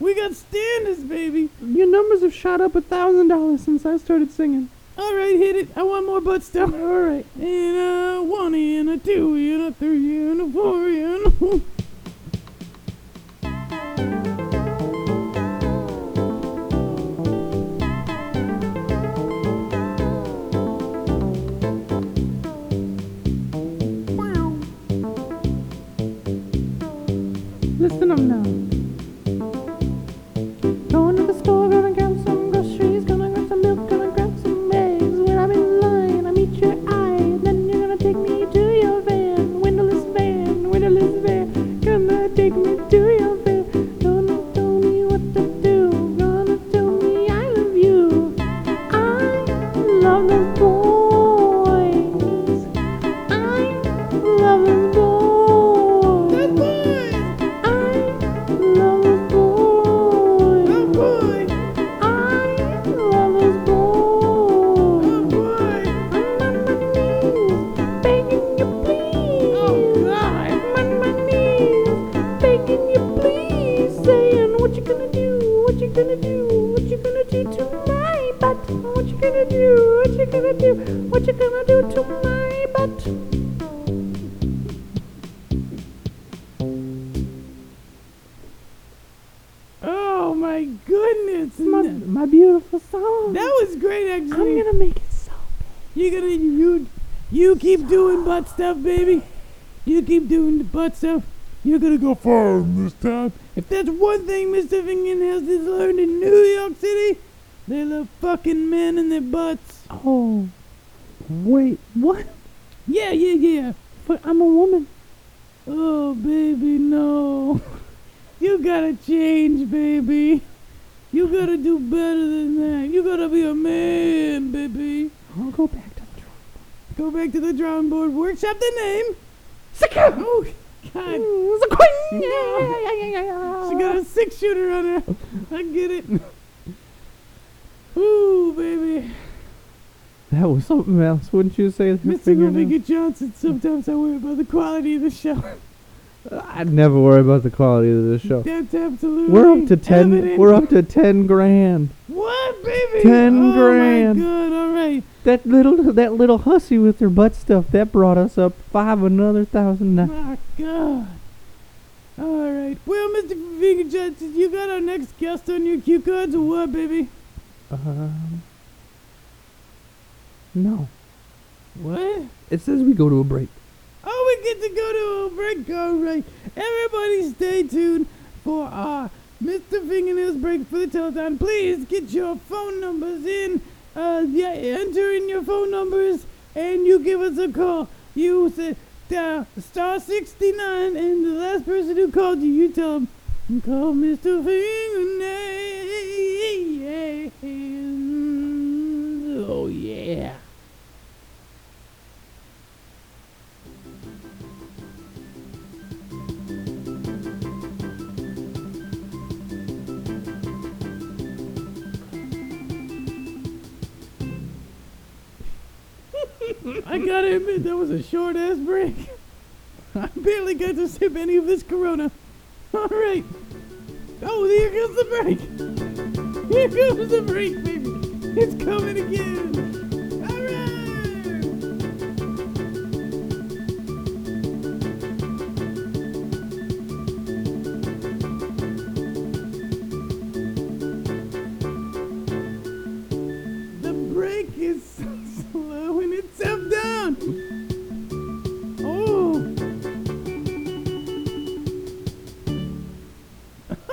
B: We got standards, baby.
I: Your numbers have shot up a thousand dollars since I started singing.
B: All right, hit it. I want more butt stuff. All right. And a one, and a two, and a three, and a four, and a.
I: Listen up now. Going to the store, gonna grab some groceries, gonna grab some milk, gonna grab some eggs. When I'm in line, I meet your eye, and then you're gonna take me to your van, windowless van, windowless van. Gonna take me to your van. Gonna tell me what to do, gonna tell me I love you.
B: gonna do? What you gonna do to my butt? What you gonna do? What you gonna do? What you gonna do to my butt? Oh my goodness!
C: My,
B: n-
C: my beautiful song.
B: That was great, actually.
C: I'm gonna make it so
B: You gonna you you keep doing butt stuff, baby. You keep doing the butt stuff. You're gonna go far this time. If that's one thing Mr. Fingen has learned in New York City, they love fucking men in their butts.
C: Oh, wait, what?
B: Yeah, yeah, yeah.
C: But I'm a woman.
B: Oh, baby, no. [laughs] You gotta change, baby. You gotta do better than that. You gotta be a man, baby.
C: I'll go back to the drawing.
B: Go back to the drawing board. Workshop the name. Oh, God.
C: It's
B: [laughs]
C: a queen. Yeah, yeah, yeah, yeah, yeah.
B: She got a six shooter on her. I get it. Ooh, baby.
C: That was something else, wouldn't you say? with your
B: Mr.
C: fingernails?
B: Rebecca Johnson, sometimes I worry about the quality of
C: [laughs]
B: the show.
C: I'd never worry about the quality of this show.
B: That's absolutely
C: We're up to ten.
B: evident.
C: We're up to ten grand.
B: What, baby?
C: 10
B: oh
C: grand.
B: my God, all right.
C: That little that little hussy with her butt stuff that brought us up five another thousand. dollars.
B: My God. All right. Well, Mr. Rebecca Johnson, you got our next guest on your cue cards or what, baby?
C: Um, no.
B: What?
C: It says we go to a break.
B: Oh, we get to go to a break. All right. Everybody stay tuned for our Mr. Fingernails break for the telethon. Please get your phone numbers in. Uh, yeah, enter in your phone numbers and you give us a call. You say uh, star 69 and the last person who called you, you tell them, call Mr. Fingernails. Oh, yeah. I gotta admit, that was a short ass break. [laughs] I barely got to sip any of this Corona. [laughs] All right. Oh, here comes the break. [laughs] Here comes the break, baby. It's coming again. All right. The break is slowing itself down. Oh.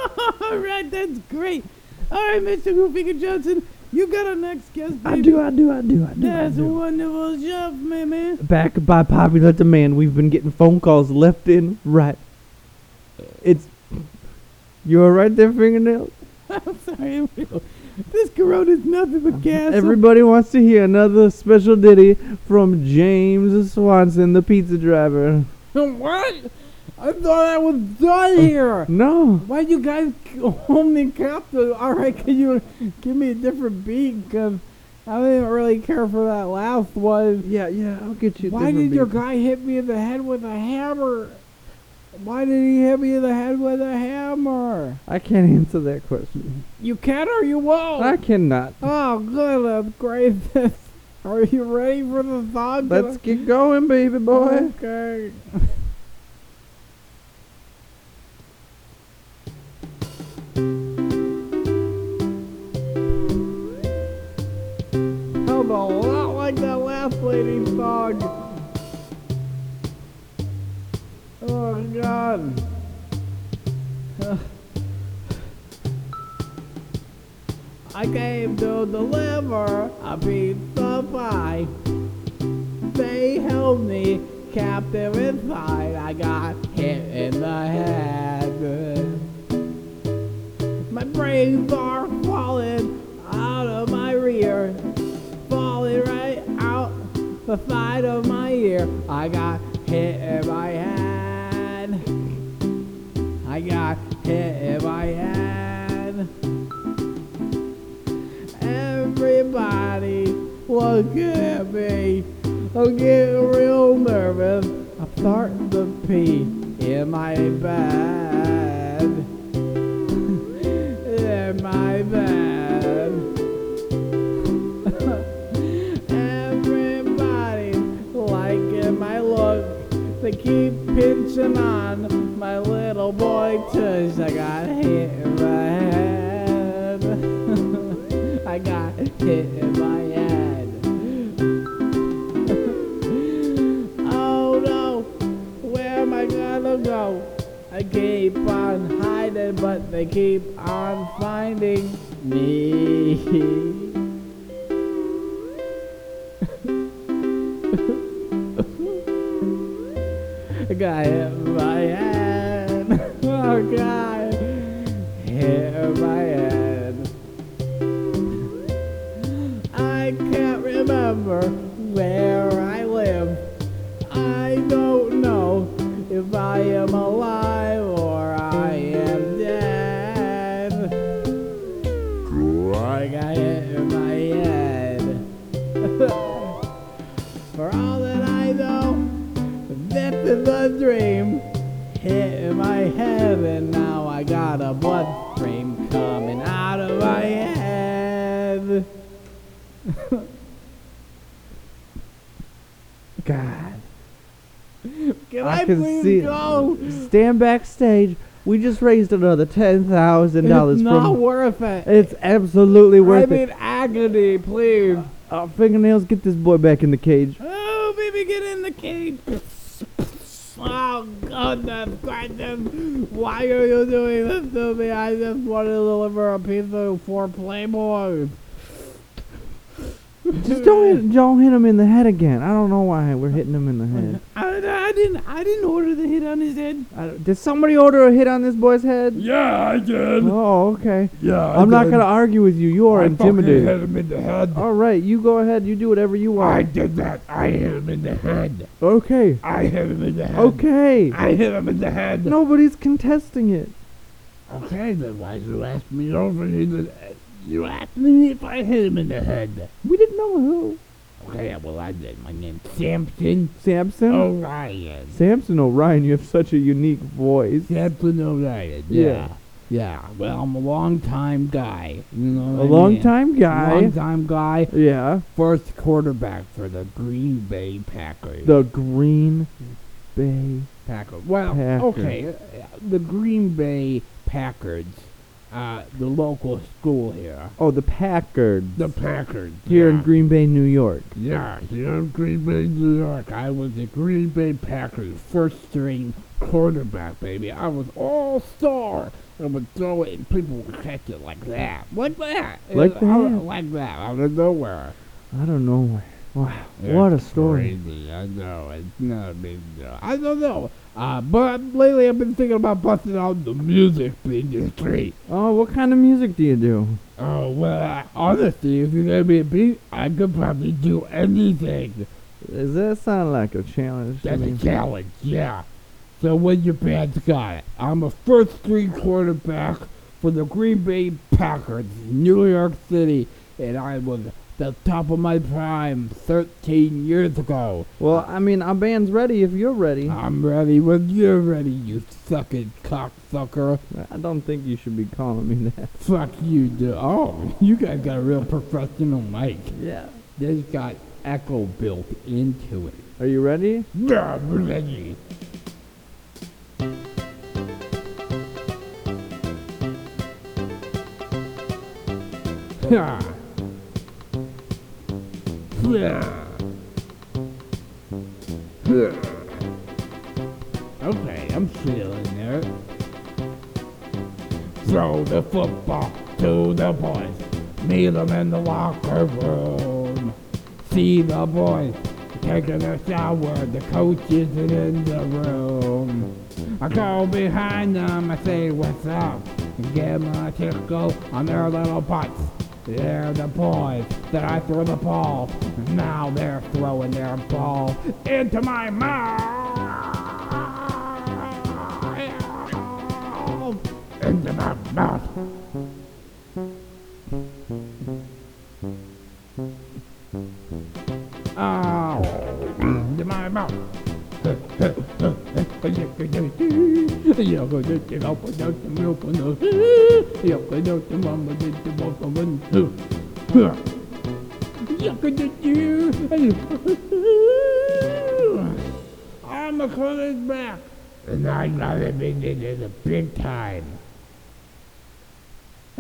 B: [laughs] All right, that's great. All right, Mr. Hoofinger Johnson, you got our next guest. Baby.
C: I do. I do. I do. I do. I
B: That's a
C: do.
B: wonderful job, my man. [laughs]
C: back by popular demand. We've been getting phone calls left and right. It's you all right there, fingernail.
B: I'm sorry, I'm real. This corona's nothing but gas.
C: Everybody wants to hear another special ditty from James Swanson, the pizza driver.
B: [laughs] what? I thought I was done here.
C: No,
B: Why you guys home me captain? All right, can you give me a different beat? Cause I didn't really care for that last one.
C: yeah, yeah, I'll get you. a
B: Why
C: different
B: did your
C: beat.
B: guy hit me in the head with a hammer? Why did he hit me in the head with a hammer?
C: I can't answer that question.
B: You can or you won't.
C: I cannot.
B: oh, good, that's great. [laughs] This. Are you ready for the song? Did
C: Let's get going, baby
B: I-
C: boy.
B: Okay. Sounds a lot like that last lady song. Oh God. I came to deliver a pizza pie. They held me captive inside. I got hit in the head. My brains are falling out of my rear, falling right out the side of my ear. I got hit in my head. I got hit in my head. Everybody look at me. I'm getting real nervous. I'm starting to pee
J: [laughs]
B: in my bed. and
J: bad, my bad. [laughs] Everybody liking my look. They keep pinching on my little boy tush. I got hit in the head. [laughs] I got hit in my head. oh no, where am I gonna go? I keep on hiding, but they keep on finding me. [laughs] I got hit by [laughs] head. Oh God, hit by head. I can't remember where I live. I don't know if I am alive or I am dead. I got hit in my head. [laughs] For all that I know, that is a dream hit in my head, and now I got a blood frame coming out of my head.
C: God.
J: Can
C: I
J: I,
C: can
J: please
C: see it.
J: go?
C: Stand backstage. We just raised another ten thousand dollars
J: it's not
C: from.
J: worth it.
C: It's absolutely worth
J: I'm
C: it.
J: in agony, please.
C: Uh, fingernails, get this boy back in the cage.
J: Oh, baby, get in the cage. Oh, God, that's quite them. Why are you doing this to me? I just want to deliver a pizza for Playboy.
C: Just don't hit, don't hit him in the head again. I don't know why we're hitting him in the head.
J: I, I didn't. I didn't order the hit on his head.
C: I don't- did somebody order a hit on this boy's head?
B: Yeah, I did.
C: Oh, okay.
B: Yeah, I
C: I'm not
B: did.
C: gonna argue with you. You are
B: I fucking
C: intimidated.
B: hit him in the head.
C: All right, you go ahead. You do whatever you
B: I
C: want.
B: did that. I hit him in the head.
C: Okay.
B: I hit him in the head.
C: Okay.
B: I hit him in the head.
C: Nobody's contesting it.
B: Okay, then why you ask me over? You you asked me if I hit him in the head.
C: We didn't know who.
B: Okay, well I did. My name's Samson
C: Samson.
B: Oh. Orion.
C: Samson Orion, you have such a unique voice.
B: Samson Orion.
C: Yeah.
B: Yeah. yeah. Well, I'm a long time guy. You know.
C: A
B: what I
C: long
B: mean?
C: time guy.
B: Long time guy.
C: yeah.
B: First quarterback for the Green Bay Packers.
C: The Green Bay.
B: Packers. Well,
C: Packers.
B: okay. uh, The Green Bay Packers. Uh, the local school here.
C: Oh, the Packard.
B: The Packers.
C: Here
B: yeah.
C: in Green Bay, New York.
B: Yeah, here in Green Bay, New York. I was the Green Bay Packers first string quarterback, baby. I was all star. I would throw it and people would catch it like that. Like that.
C: Like
B: It was out-
C: that.
B: Like that, out of nowhere.
C: I don't know. Wow, what a
B: It's
C: story.
B: Crazy. I know. It's not a big deal. I don't know. Uh, but lately I've been thinking about busting out the music industry.
C: Oh, what kind of music do you do?
B: Oh, well, I, honestly, if you let me be, I could probably do anything.
C: Does that sound like a challenge to
B: That's a
C: me?
B: challenge, yeah. So what your band's got? I'm a first string quarterback for the Green Bay Packers, New York City, and I was the top of my prime 13 years ago.
C: Well, I mean, our band's ready if you're ready.
B: I'm ready when you're ready, you sucking cocksucker.
C: I don't think you should be calling me that.
B: Fuck you, dude. Oh, you guys got a real professional mic.
C: Yeah.
B: This got echo built into it.
C: Are you ready?
B: Yeah, I'm ready. Yeah. Yeah. Yeah. Okay, I'm feeling it. Throw the football to the boys. Meet them in the locker room. See the boys taking a shower. The coach isn't in the room. I go behind them. I say, what's up? And give 'em a tickle on their little butts. They're the boys that I threw the ball. Now they're throwing their ball into my mouth. Into my mouth. Ow. Into my mouth. I'm a coming back, and I got him in the big time.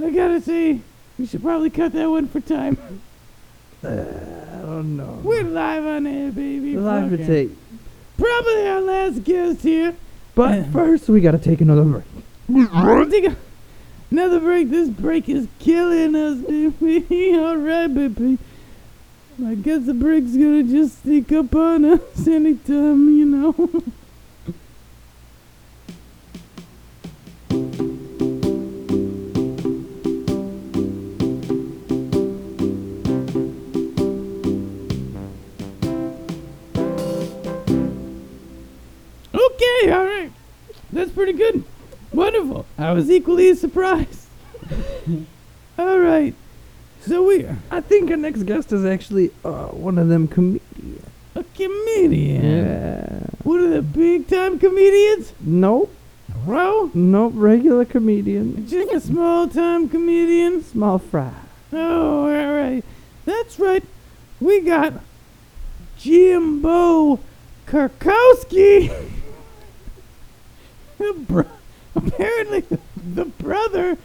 I: I gotta say, we should probably cut that one for time.
C: I don't know.
I: We're live on air, baby.
C: Live to
I: Fucking-
C: take.
I: Probably our last guest here.
C: [coughs] But first, we gotta take another break.
I: Take a- Another break. This break is killing us, baby. [laughs] All right, baby. I guess the break's gonna just sneak up on us [laughs] anytime, you know. [laughs] Okay, all right. That's pretty good. Wonderful. I was equally
C: [laughs]
I: as surprised. all right. So we are
C: I think our next guest is actually uh, one of them comedians.
I: a comedian. One of the big time comedians?
C: Nope,
I: Bro?
C: nope, regular comedian.
I: Just a small time comedian?
C: Small fry.
I: Oh, all right. That's right. We got Jimbo Karkowski. [laughs] The bro- apparently, the brother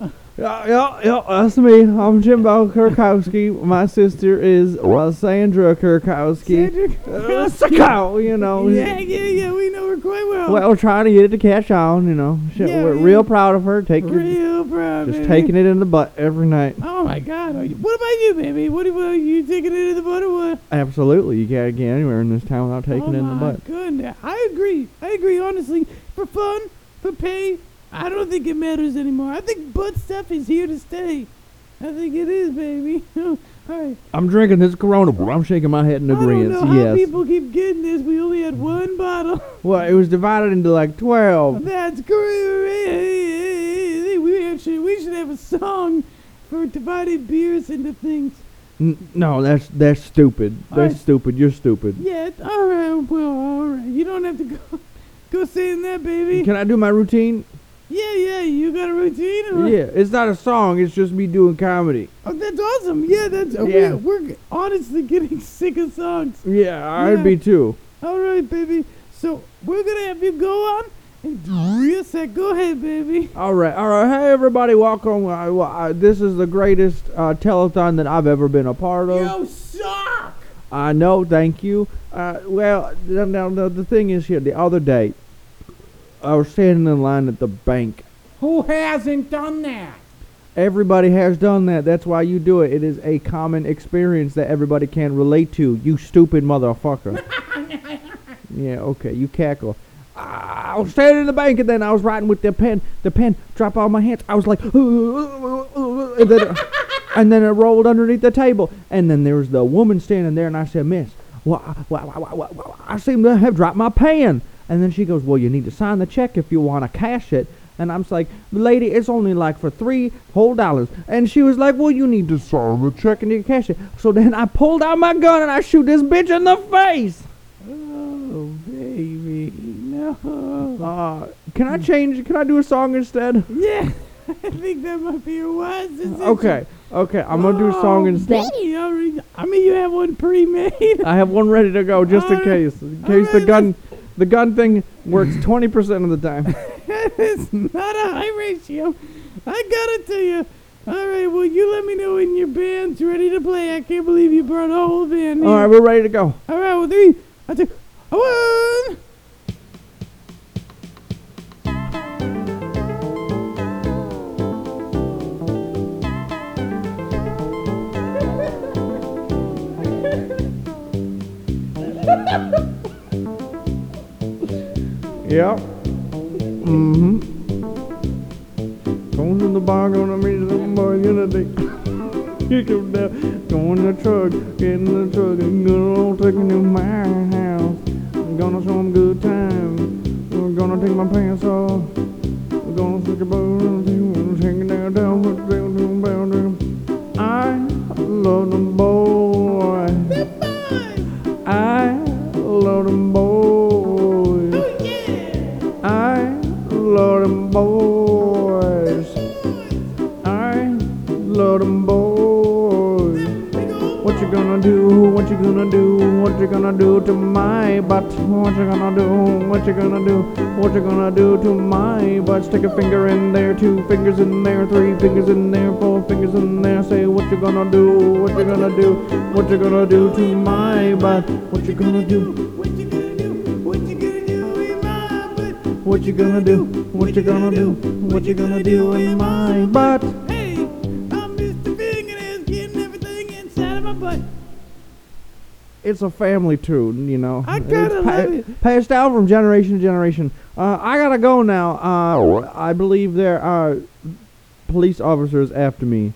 C: Yeah, yeah, yeah, that's me. I'm Jimbo Kirkowski. My sister is well, Sandra Kirkowski.
I: Sandra
C: Uh,
I: Karkowski.
C: Sicko, you [laughs] know.
I: Yeah, yeah, yeah. We know her quite well.
C: Oh, Well, we're trying to get it to catch on, you know. Shit,
I: Yeah,
C: we're
I: yeah.
C: real proud of her. Take your,
I: real proud.
C: just
I: baby.
C: taking it in the butt every night.
I: Oh my God! Are you, what about you, baby? What about you taking it in the butt or what?
C: Absolutely, you can't get anywhere in this town without taking
I: oh
C: it in the
I: my
C: butt.
I: goodness! I agree. I agree. Honestly, for fun, for pay, I don't think it matters anymore. I think butt stuff is here to stay. I think it is, baby. [laughs] All right.
C: I'm drinking this Corona, but I'm shaking my head in
I: I don't
C: agreement.
I: know how
C: Yes.
I: people keep getting this. We only had one bottle. [laughs]
C: Well, it was divided into like twelve.
I: That's great. We actually we should have a song for dividing beers into things.
C: N- no, that's that's stupid. That's
I: Alright.
C: stupid. You're stupid.
I: Yeah, all right, well, all right. You don't have to go, [laughs] go saying that, baby.
C: Can I do my routine?
I: yeah, yeah, you got a routine. or-
C: Yeah, it's not a song. It's just me doing comedy.
I: Oh, that's awesome. Yeah, that's. uh,
C: Yeah.
I: We're, we're honestly getting [laughs] sick of songs.
C: Yeah, I'd
I: Yeah.
C: be too.
I: All right, baby. So we're gonna have you go on and reset. Go ahead, baby. [laughs]
C: All right, all right. Hey, everybody, welcome. Uh, well, uh, this is the greatest uh, telethon that I've ever been a part of.
I: You suck.
C: I know, thank you. Uh, well, now, now, now the thing is here. The other day, I was standing in line at the bank.
B: Who hasn't done that?
C: Everybody has done that. That's why you do it. It is a common experience that everybody can relate to. You stupid motherfucker. yeah, okay, you cackle. I was standing in the bank and then I was writing with the pen. The pen dropped out of my hands. I was like, [laughs] and then, and then it rolled underneath the table. And then there was the woman standing there, and I said, Miss, why, why, why, why, why, why, I seem to have dropped my pen. And then she goes, Well, you need to sign the check if you want to cash it. And I'm like, Lady, it's only like for three whole dollars. And she was like, Well, you need to sign the check and you can cash it. So then I pulled out my gun and I shoot this bitch in the face.
I: Oh, baby, no.
C: Uh, can I change? Can I do a song instead?
I: Yeah, [laughs] I think that might be your wise decision.
C: Uh, Okay, okay, I'm gonna do a song
I: Oh,
C: instead.
I: baby, I re- I mean, you have one pre-made. [laughs]
C: I have one ready to go just in
I: Alright,
C: case. In case the
I: alright,
C: gun, the gun thing works 20% of the time.
I: it's not a high ratio. I gotta tell you. All right, well, you let me know when your band's ready to play. I can't believe you brought a whole band.
C: All right,
I: here.
C: we're ready to go.
I: All right, well, three, I two, one.
C: Yep. Mm-hmm. Going to the bar, gonna meet some boy in the day. [laughs] Kick him down. Going to the truck, get in the truck, and gonna take him to my house. gonna show him good time. We're gonna take my pants off. We're gonna stick a bow on the and hanging down, down, put down, down, down, down. I love them boy. I love them boy.
I: Yeah.
C: love them boys. What you gonna do? What you gonna do? What you gonna do to my butt? What you gonna do? What you gonna do? What you gonna do to my butt? Stick a finger in there, two fingers in there, three fingers in there, four fingers in there. Say what you gonna do? What you gonna do? What you gonna do to my butt? What you gonna do?
I: What you gonna do? What you gonna do with my butt?
C: What you gonna do? What you gonna do? What you gonna do in my butt?
I: Hey, I'm Mr. Fingernails getting everything inside of my butt.
C: It's a family tune, you know.
I: I gotta
C: It's
I: love it.
C: Passed down from generation to generation. Uh, I gotta go now. Uh, I believe there are police officers after me,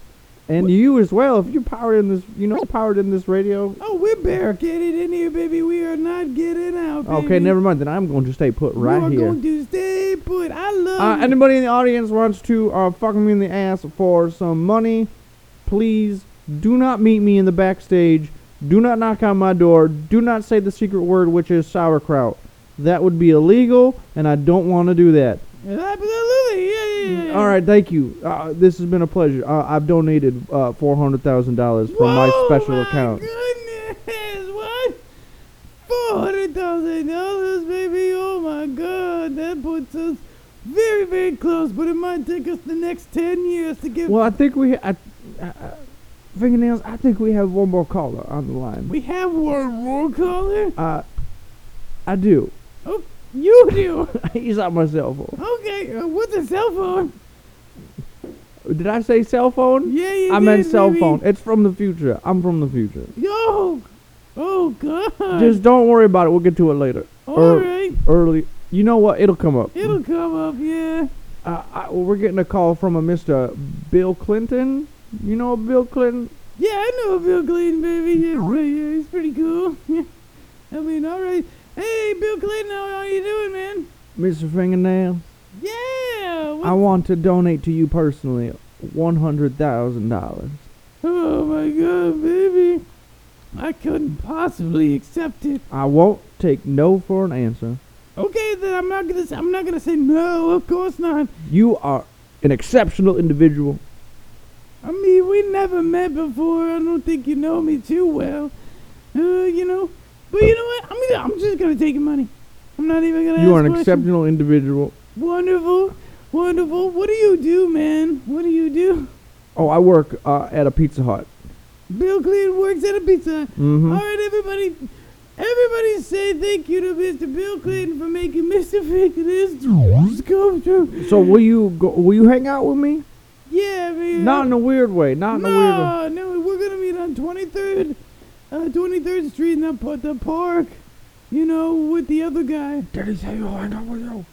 C: and you as well. If you're powered in this, you know, powered in this radio.
I: Oh, we're barricaded in here, baby. We are not getting out. Baby.
C: Okay, never mind. Then I'm going to stay put
I: You are
C: right here.
I: going to stay put. I love
C: Uh,
I: you.
C: anybody in the audience wants to uh, fuck me in the ass for some money, please do not meet me in the backstage. Do not knock on my door. Do not say the secret word, which is sauerkraut. That would be illegal, and I don't want to do that.
I: Absolutely. Yeah, yeah, yeah.
C: All right, thank you. Uh, this has been a pleasure. Uh, I've donated uh, four hundred thousand dollars from my
I: Whoa,
C: special
I: my
C: account.
I: Goodness, what? Four hundred thousand dollars, baby! Oh my God, that puts us very, very close. But it might take us the next ten years to get.
C: Well, I think we, ha- I, I, I, fingernails. I think we have one more caller on the line.
I: we have one more caller.
C: Uh, I do. [laughs]
I: Oh, you do.
C: He's on my cell phone.
I: okay, uh, what's a cell phone?
C: Did I say cell phone?
I: Yeah, you
C: I meant
I: did,
C: cell
I: baby.
C: phone. It's from the future. I'm from the future.
I: Yo. Oh God.
C: Just don't worry about it. We'll get to it later.
I: all right.
C: Early. You know what? It'll come up.
I: It'll come up, yeah.
C: Uh, I, well, we're getting a call from a Mr. Bill Clinton. You know Bill Clinton?
I: Yeah, I know Bill Clinton, baby. Yeah, right, yeah, he's pretty cool. [laughs] I mean, all right. Hey, Bill Clinton, how are you doing, man?
C: Mr. Fingernail,
I: Yeah.
C: I
I: What?
C: want to donate to you personally $100,000.
I: oh my God, baby. I couldn't possibly accept it.
C: I won't take no for an answer.
I: Okay, then I'm not gonna. s- I'm not gonna say no. Of course not.
C: You are an exceptional individual.
I: I mean, we never met before. I don't think you know me too well. Uh, you know. But you know what? I'm gonna. I'm just gonna take your money. I'm not even gonna.
C: You
I: ask
C: are an
I: questions.
C: exceptional individual.
I: Wonderful, wonderful. What do you do, man? What do you do?
C: Oh, I work uh, at a Pizza Hut.
I: Bill Clinton works at a pizza. Hut.
C: Mm-hmm.
I: All right, everybody, everybody say thank you to Mr. Bill Clinton for making Mr. Finkel's sculpture.
C: So will you go? Will you hang out with me?
I: Yeah, man.
C: Not in a weird way. Not in a weird way.
I: no, no, we're gonna meet on 23rd, uh, 23rd Street in the, pa- the park. You know, with the other guy.
K: Did he say he'll hang out with you?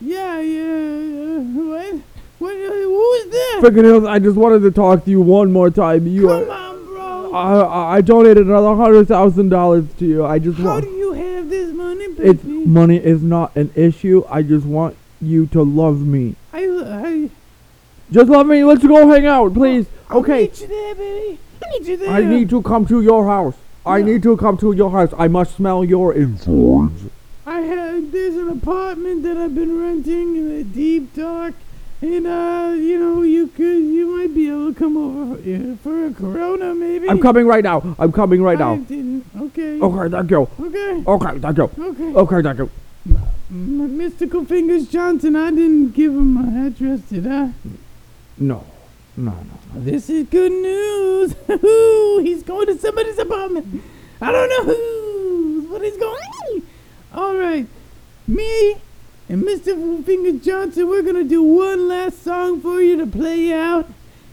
I: Yeah, yeah. Uh, what? What? Who's that?
C: Fingernails, I just wanted to talk to you one more time. You, Uh,
I: Come
C: are,
I: on, bro.
C: I, I- I donated another hundred thousand dollars to you. I just
I: How
C: want.
I: do you have this money, baby?
C: It's money is not an issue. I just want you to love me.
I: I, I,
C: Just love me. Let's go hang out, please.
I: I
C: Okay.
I: need you there, baby. I need you there.
C: I need to come to your house. I
I: Yeah.
C: need to come to your house. I must smell your influence.
I: I have. There's an apartment that I've been renting in the deep dark, and uh, you know, you could, you might be able to come over yeah, for a Corona, maybe.
C: I'm coming right now. I'm coming right
I: I
C: now.
I: didn't.
C: Okay,
I: Okay.
C: Oh. thank you.
I: Okay.
C: Okay, thank you.
I: Okay.
C: Okay, thank you.
I: M- Mystical Fingers Johnson. I didn't give him my address, did I?
C: No, no, no.
I: This is good news. [laughs] Ooh, he's going to somebody's apartment. I don't know who, but he's going. All right, me and Mr. Finger Johnson, we're gonna do one last song for you to play out,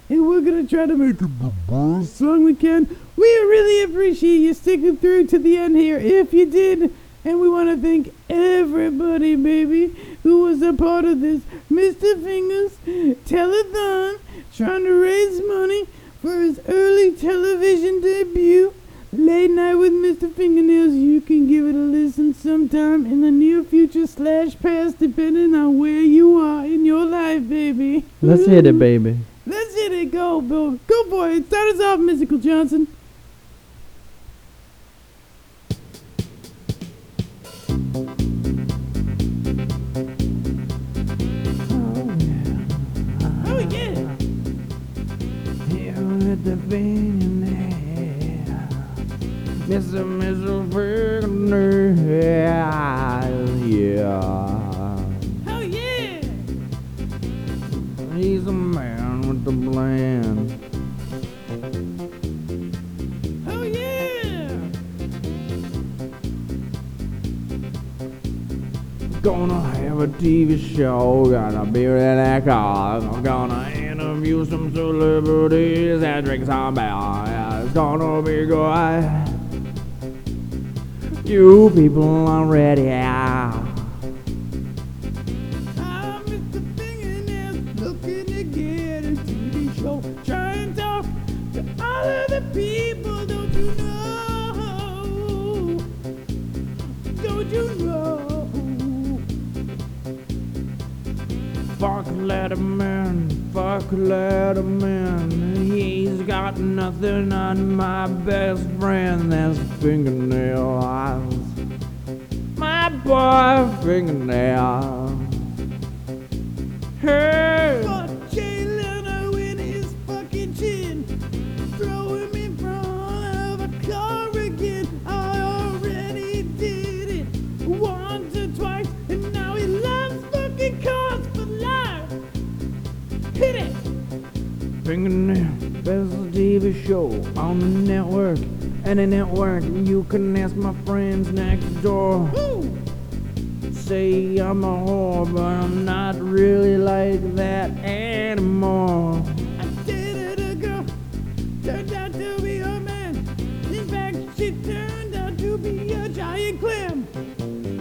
I: and we're gonna try to make it the best song we can. We really appreciate you sticking through to the end here, if you did. And we want to thank everybody, baby, who was a part of this Mr. Fingers telethon, trying to raise money for his early television debut, Late Night with Mr. Fingernails. You can give it a listen sometime in the near future slash past, depending on where you are in your life, baby.
L: Let's hit it, baby.
I: Let's hit it. Go, Bill. Go, boy. Start us off, Mystical Johnson. Oh, yeah.
C: Here
B: let the vein in there. Mr. Mr. Wagner. Yeah.
I: Oh yeah!
B: He's a man with a plan.
I: Oh yeah!
B: Gonna have a TV show, gonna be an actor, gonna interview some celebrities and drink some beer. Yeah, it's gonna be good. You people are ready. Yeah.
I: I'm Mr. Fingernails looking to get a TV show. Try and talk to all of the people, don't you know? Don't you know?
B: Fuck Letterman, fuck Letterman. He's got nothing on my best friend. That's fingernail eyes. My boy, fingernail. Hey,
I: Fuck Jay Leno in his fucking chin. Throw him in front of a car again. I already did it once or twice, and now he loves fucking cars for life. Hit it!
B: fingernail. Best TV show on the network. Any network, you can ask my friends next door.
I: Woo!
B: Say I'm a whore, but I'm not really like that anymore.
I: I dated a girl, turned out to be a man. In fact, she turned out to be a giant clam.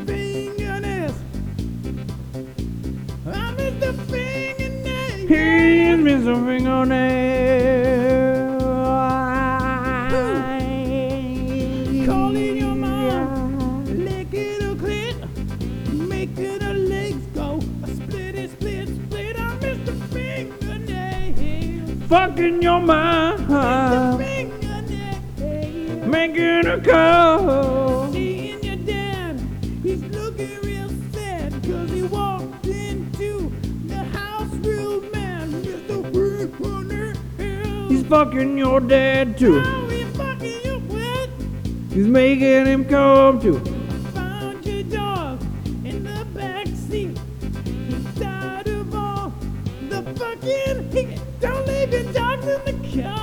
I: Fingernails. I'm Mr. Fingernail.
B: Here's Mr. Fingernail.
I: Calling your mom. Licking her clit. Making her legs go. A split it, split, split. I'm Mr. Fingernail.
B: Fucking your mom.
I: Fingernail.
B: Making a call.
I: Seeing your dad, he's looking real sad because he walked into the house real mad. Mr. Wickner
B: He's
I: is
B: fucking your dad too.
I: now he fucking you with.
B: He's making him come too.
I: Found your dog in the back seat. He's tired of all the fucking heat. Don't leave your dogs in the car.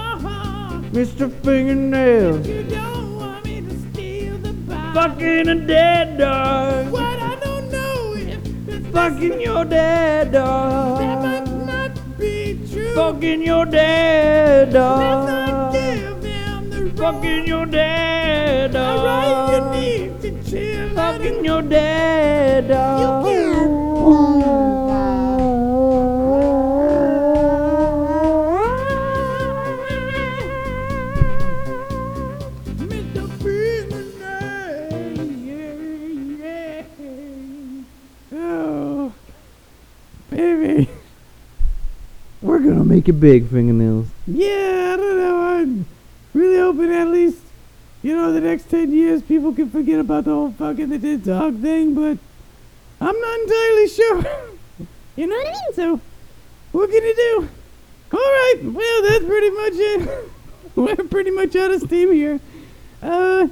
B: Mr. Fingernail.
I: You don't want me to steal the bike.
B: Fucking a dead dog.
I: What I don't know if it's
B: Fucking your dead
I: That might
B: dog.
I: not be true.
B: Fucking your dead
I: Let's not
B: dog.
I: give them the
B: Fucking your dad
I: wrong.
B: dog.
I: Right, you need to chill. out
B: Fucking your dad dog.
I: and- Mr. Fingernail, yeah, yeah. Oh, baby.
C: We're gonna make it big, fingernails.
I: Yeah, I don't know. I'm really hoping at least, you know, the next 10 years people can forget about the whole fucking the dead dog thing, but I'm not entirely sure. [laughs] you know what I mean? So, what can you do? All right, well, that's pretty much it. [laughs] We're pretty much out of steam here. Uh,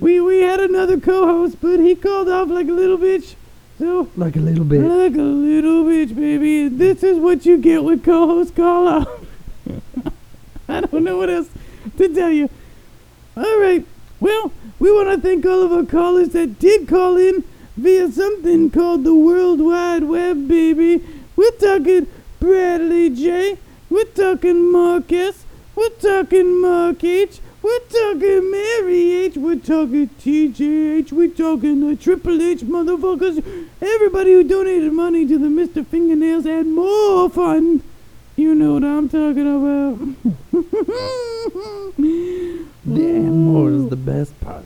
I: we, we had another co host, but he called off like a little bitch. So,
C: Like a little bit.
I: like a little bitch, baby. This is what you get with co-host call out. [laughs] I don't know what else to tell you. All right. Well, we want to thank all of our callers that did call in via something called the World Wide Web, baby. We're talking Bradley J. We're talking Marcus. We're talking Mark H. We're talking Mary H. We're talking TJH. We're talking the Triple H motherfuckers. Everybody who donated money to the Mr. Fingernails had more fun. You know what I'm talking about. [laughs]
C: Damn, more is the best part.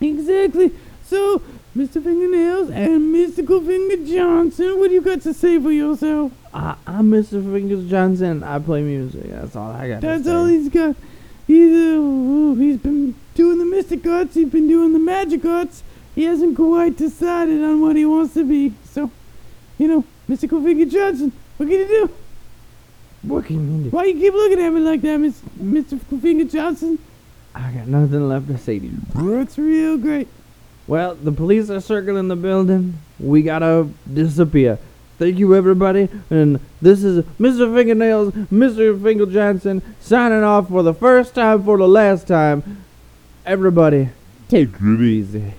I: Exactly. So, Mr. Fingernails and Mystical Finger Johnson, what do you got to say for yourself?
C: I, I'm Mr. Fingers Johnson. I play music. That's all I got.
I: That's all he's got. He's, uh, ooh, he's been doing the mystic arts, he's been doing the magic arts. He hasn't quite decided on what he wants to be. So, you know, Mystical Finger Johnson, what can you do?
C: Working Mindy.
I: Why you keep looking at me like that, Miss, Mr. Finger Johnson?
C: I got nothing left to say to you.
I: That's real great.
C: Well, the police are circling the building. We gotta disappear. Thank you, everybody. And this is Mr. Fingernails, Mr. Finger Johnson, signing off for the first time for the last time. Everybody, take it easy.